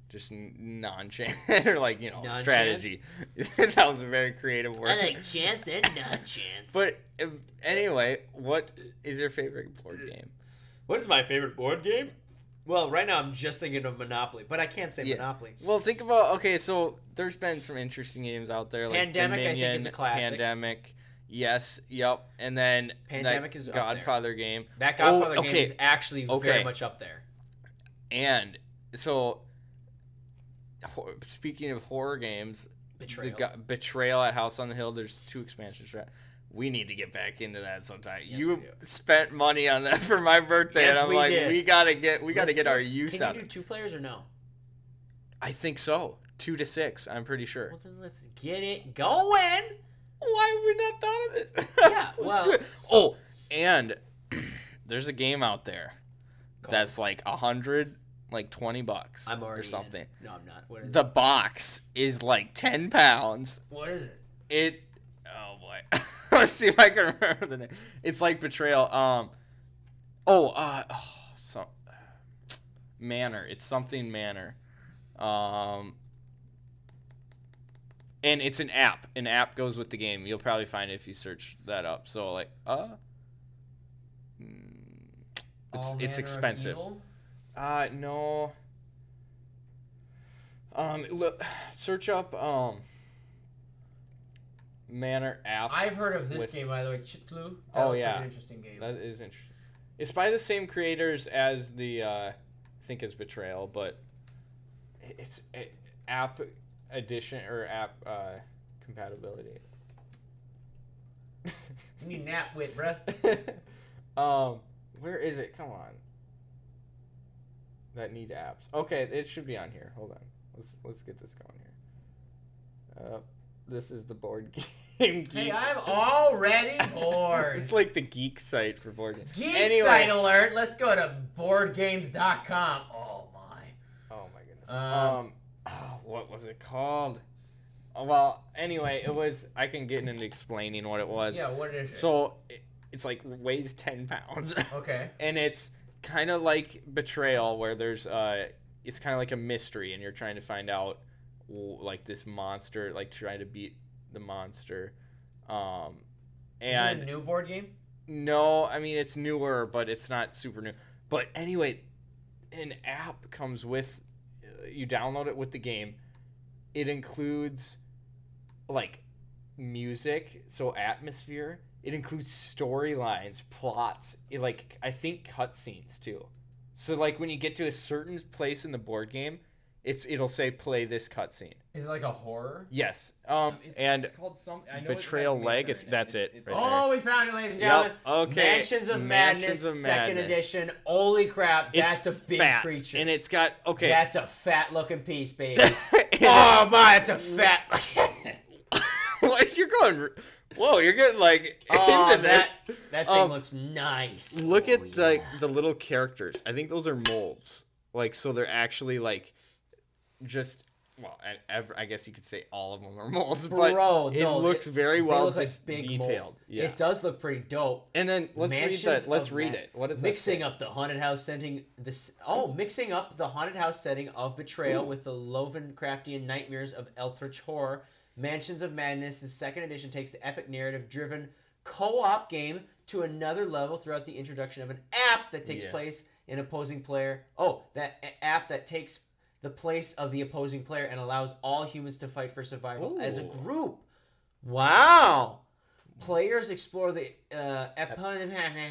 B: just n- non-chance or like you know
A: Non-chance?
B: strategy. that was a very creative word.
A: chance and non chance.
B: but if, anyway, what is your favorite board game?
A: what is my favorite board game? Well, right now I'm just thinking of Monopoly, but I can't say
B: Yeah.
A: Monopoly.
B: Well, think about okay. So there's been some interesting games out there, like
A: Pandemic, I think,
B: Dominion,
A: is a classic.
B: Pandemic. Yes, yep, and then
A: Pandemic
B: that
A: is up there.
B: Godfather game.
A: That
B: Oh,
A: Godfather game
B: okay.
A: is actually
B: Okay.
A: very much up there.
B: And so, ho- speaking of horror games,
A: Betrayal.
B: The go- betrayal at House on the Hill. There's two expansions. Right? We need to get back into that sometime.
A: Yes, we
B: you
A: do.
B: spent money on that for my birthday,
A: Yes,
B: and I'm
A: we
B: like,
A: did.
B: we gotta get, we gotta
A: Let's
B: get
A: do-
B: our use
A: Can
B: out.
A: you
B: of
A: do
B: it.
A: two players or no?
B: I think so. Two to six. I'm pretty sure.
A: Well, then let's get it going.
B: Why have we not thought of this?
A: Yeah,
B: Let's
A: well-
B: do it. Oh, and there's a game out there that's like a hundred, like twenty bucks
A: I'm already
B: or
A: in.
B: something.
A: No, I'm not. What is
B: The
A: it?
B: box is like ten pounds.
A: What is it?
B: It oh boy. Let's see if I can remember the name. It's like betrayal. Um oh uh oh, some manor. It's something manor. Um and it's an app. An app goes with the game. You'll probably find it if you search that up. So like uh mm, it's
A: All manner
B: it's
A: of
B: expensive.
A: evil?
B: Uh, no. Um, look, search up um. Manor app.
A: I've heard of this
B: With-
A: game by the way, Chitlu. That
B: Oh,
A: looks like
B: yeah.
A: an interesting game.
B: That is interesting. It's by the same creators as the uh, I think is Betrayal, but it- it's it, app addition or app uh, compatibility.
A: You need nap wit, bruh.
B: um, where is it? Come on. That need apps. Okay, it should be on here. Hold on. Let's let's get this going here. Uh, this is the board game.
A: Hey,
B: Geek.
A: I'm already bored.
B: it's like the geek site for board games.
A: Geek
B: Anyway.
A: site alert. Let's go to boardgames.com. Oh my.
B: Oh my goodness.
A: Um,
B: Um, ah, what was it called? Uh, Well, anyway, it was. I can get into explaining what it was.
A: Yeah, what is it?
B: So it, it's like weighs ten pounds.
A: okay.
B: and it's kind of like betrayal where there's uh it's kind of like a mystery and you're trying to find out w- like this monster like trying to beat the monster um
A: is
B: and
A: it a new board game?
B: no i mean it's newer but it's not super new but anyway an app comes with uh, you download it with the game it includes like music so atmosphere it includes storylines plots it, like i think cutscenes too so like when you get to a certain place in the board game it's it'll say play this cutscene
A: Is it like a horror?
B: yes um and called some,
D: Betrayal Legacy- that's it, right there.
A: Oh, we found it, ladies and gentlemen.
B: okay.
A: Mansions of Madness,
B: Mansions of
A: second
B: Madness.
A: edition. Holy crap, that's a big
B: fat,
A: creature.
B: and it's got okay
A: That's a fat looking piece, baby.
B: oh,
A: oh my, it's a fat.
B: what you're going? Whoa, you're getting like
A: oh,
B: into
A: that,
B: this.
A: that thing
B: Um,
A: looks nice.
B: Look
A: Oh,
B: at
A: yeah.
B: like the little characters. I think those are molds. Like so, they're actually like just well. I, ev- I guess you could say all of them are molds, but
A: Bro,
B: it
A: no,
B: looks
A: they-
B: very
A: they
B: well
A: look like
B: dis-
A: big mold.
B: detailed. Yeah.
A: It does look pretty dope.
B: and then let's
A: Mansions
B: read that. Let's
A: of
B: read
A: Ma-
B: it. What is
A: mixing up the haunted house setting? This oh, mixing up the haunted house setting of betrayal with the Lovencraftian nightmares of Eldritch horror. Mansions of Madness, the second edition, takes the epic narrative-driven co-op game to another level throughout the introduction of an app that takes
B: Yes.
A: place in opposing player. Oh, that a- app that takes the place of the opposing player and allows all humans to fight for survival as a
B: Ooh.
A: group. Wow. Players explore the uh, Eponymous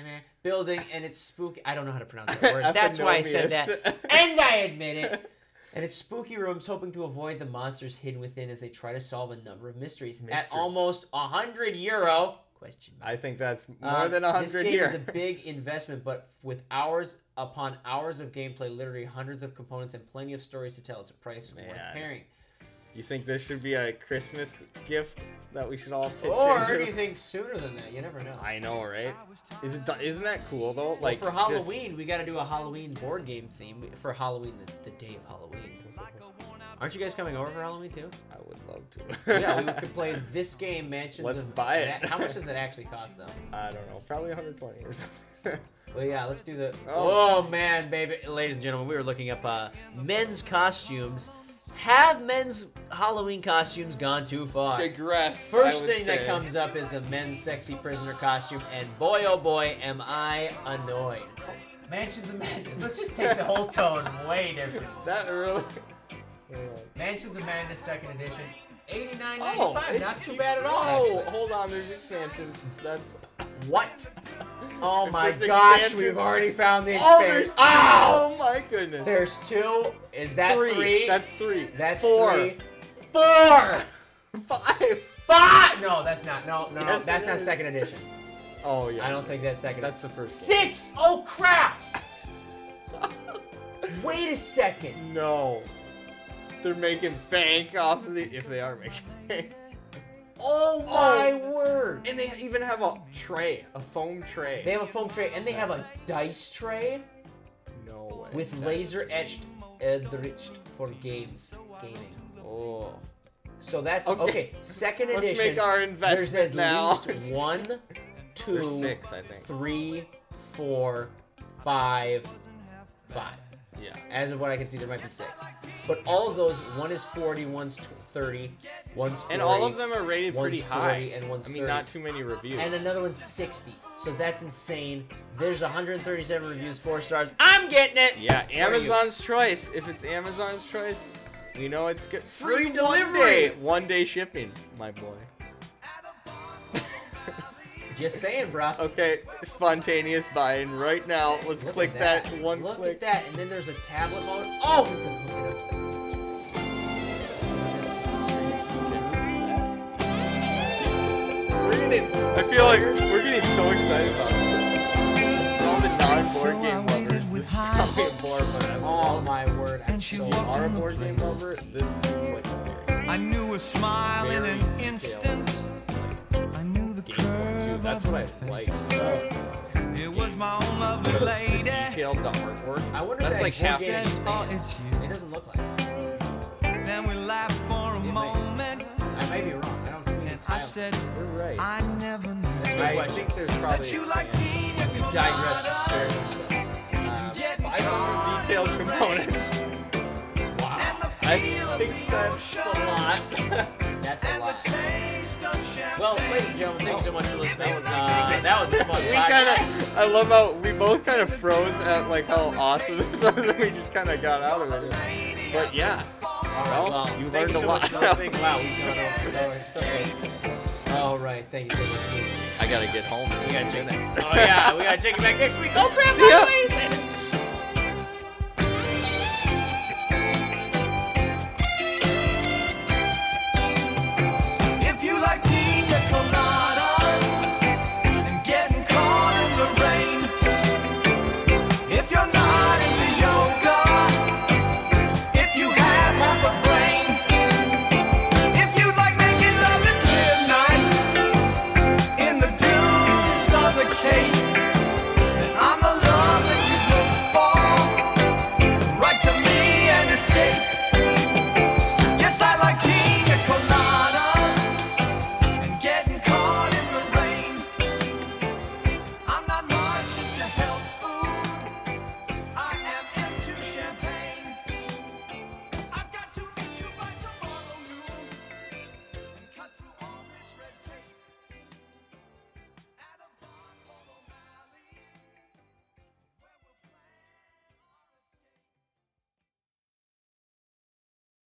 A: building and it's spooky. I don't know how to pronounce that word. That's why I said that.
B: Eponymous.
A: And I admit it. And it's spooky rooms hoping to avoid the monsters hidden within as they try to solve a number of mysteries.
B: Mysteries.
A: At almost 100 euro. Question mark.
B: I think that's Uh, more
A: Um,
B: than a
A: This
B: hundred
A: game
B: here.
A: is a big investment, but with hours upon hours of gameplay, literally hundreds of components, and plenty of stories to tell, it's a price worth
B: Man.
A: pairing.
B: you think there should be a Christmas gift that we should all pitch
A: Or
B: into?
A: do you think sooner than that? You never know.
B: I know, right? Is it isn't that cool though? Like
A: for
B: just-
A: Halloween, we got to do a Halloween board game theme for Halloween, the, the day of Halloween. Aren't you guys coming over for Halloween too?
B: I would love to.
A: yeah, we could play this game, Mansions.
B: Let's
A: of-
B: buy it.
A: How much does it actually cost though?
B: I don't know, probably 120 or something.
A: Well, yeah, let's do the.
B: Oh.
A: Oh. man, baby, ladies and gentlemen, we were looking up uh, men's costumes. Have men's Halloween costumes gone too far?
B: Digress.
A: First thing that comes up is a men's sexy prisoner costume, and boy, oh boy, am I annoyed. Mansions of Madness. Let's just take the whole tone way different.
B: That really.
A: Oh, Mansions of Madness, second edition, eighty nine ninety
B: Oh,
A: five. Not
B: it's-
A: too bad at
B: Whoa,
A: all. actually.
B: Oh, hold on. There's expansions. That's.
A: What? Oh
B: If
A: my
B: there's
A: gosh,
B: expansions-
A: we've already found the
B: Oh,
A: expansion.
B: there's.
A: Ow!
B: Oh my goodness.
A: There's two. Is that
B: three.
A: three?
B: That's three.
A: That's
B: four.
A: three. Four.
B: Five.
A: Five. No, that's not. No, no,
B: Yes,
A: that's
B: it
A: not
B: is.
A: second edition.
B: Oh yeah.
A: I don't think that's second.
B: That's the first. one.
A: Six! Oh crap! Wait a second.
B: No. They're making bank off of the. If they are making bank.
A: Oh my word!
B: And they even have a tray, a foam tray.
A: They have a foam tray and they have a dice tray.
B: way.
A: with
B: That's-
A: laser etched edged for games gaming.
B: Oh.
A: So that's okay.
B: Okay.
A: second
B: Let's
A: edition.
B: make our
A: There's
B: investment
A: at
B: now.
A: least one, two,
B: There's six, I think.
A: three, four, five, five.
B: Yeah.
A: As of what I can see, there might be six. But all of those, one is 40, one's tw- 30, one's 40.
B: And all of them are rated
A: one's
B: pretty high.
A: 40, and one's
B: I mean,
A: 30.
B: not too many reviews.
A: And another one's 60. So that's insane. There's 137 reviews, four stars. I'm getting it!
B: yeah,
A: are you?
B: Eh, Amazon's choice. If it's Amazon's choice, you know it's good.
A: Free
B: one
A: delivery!
B: day, one day shipping, my boy.
A: Just saying, bro.
B: Okay, spontaneous buying right now. Let's
A: Look at
B: click that. one
A: Look
B: click.
A: at that, and then there's a tablet mode. Oh, we can hook it up to
B: We're getting, I feel like we're getting so excited about this. For all the non-board game lovers, this is probably a board, but I'm
A: Oh my word! I'm
E: And she
A: so
E: walked
B: Are a
E: in the
B: board game
E: place.
B: lover? This seems like a very,
E: I knew a smile in
B: very
E: an
B: detailed,
E: instant.
B: like,
E: I knew the
B: game too.
E: curve
B: That's
E: of
B: what I
E: her face.
B: like. about
E: It was my own lovely lady.
B: Detailed the artwork.
A: I wonder if
B: That's
A: that
B: like
A: board
B: half.
A: game
B: the-
A: is-
E: Says, oh, it's you.
A: It doesn't look like. It.
E: Then we laughed for a
A: might.
E: moment.
A: I may be wrong. I don't see the
E: And I
A: tile.
E: said,
B: You're right.
E: I never knew
B: I think there's
E: that
B: probably
E: you like
B: a
E: pina
A: Digress
E: colada.
A: very much.
E: Yet
B: I
E: caught in
B: detailed
E: the rain
B: components.
E: And the
B: I
E: feel of
B: think
E: the
B: that's
E: ocean.
B: a lot.
A: so That's a
E: And the
A: lot.
E: taste of champagne.
A: Well, ladies and gentlemen, thank you so much for listening.
E: Oh.
A: Uh, that was a fun.
B: We
A: podcast.
B: kind of, I love how we both kind of froze at like how awesome this was, and we just kind of got out of it. But yeah,
A: All right, well,
B: you
A: thank
B: learned
A: you
B: a
A: so
B: lot.
A: much for listening. Wow, we've gone over two hours. It's okay. All right, thank you so much.
B: I gotta get home.
A: We gotta check that. Oh yeah, we gotta check it back next week. Oh crap!
B: See ya.
A: by the way.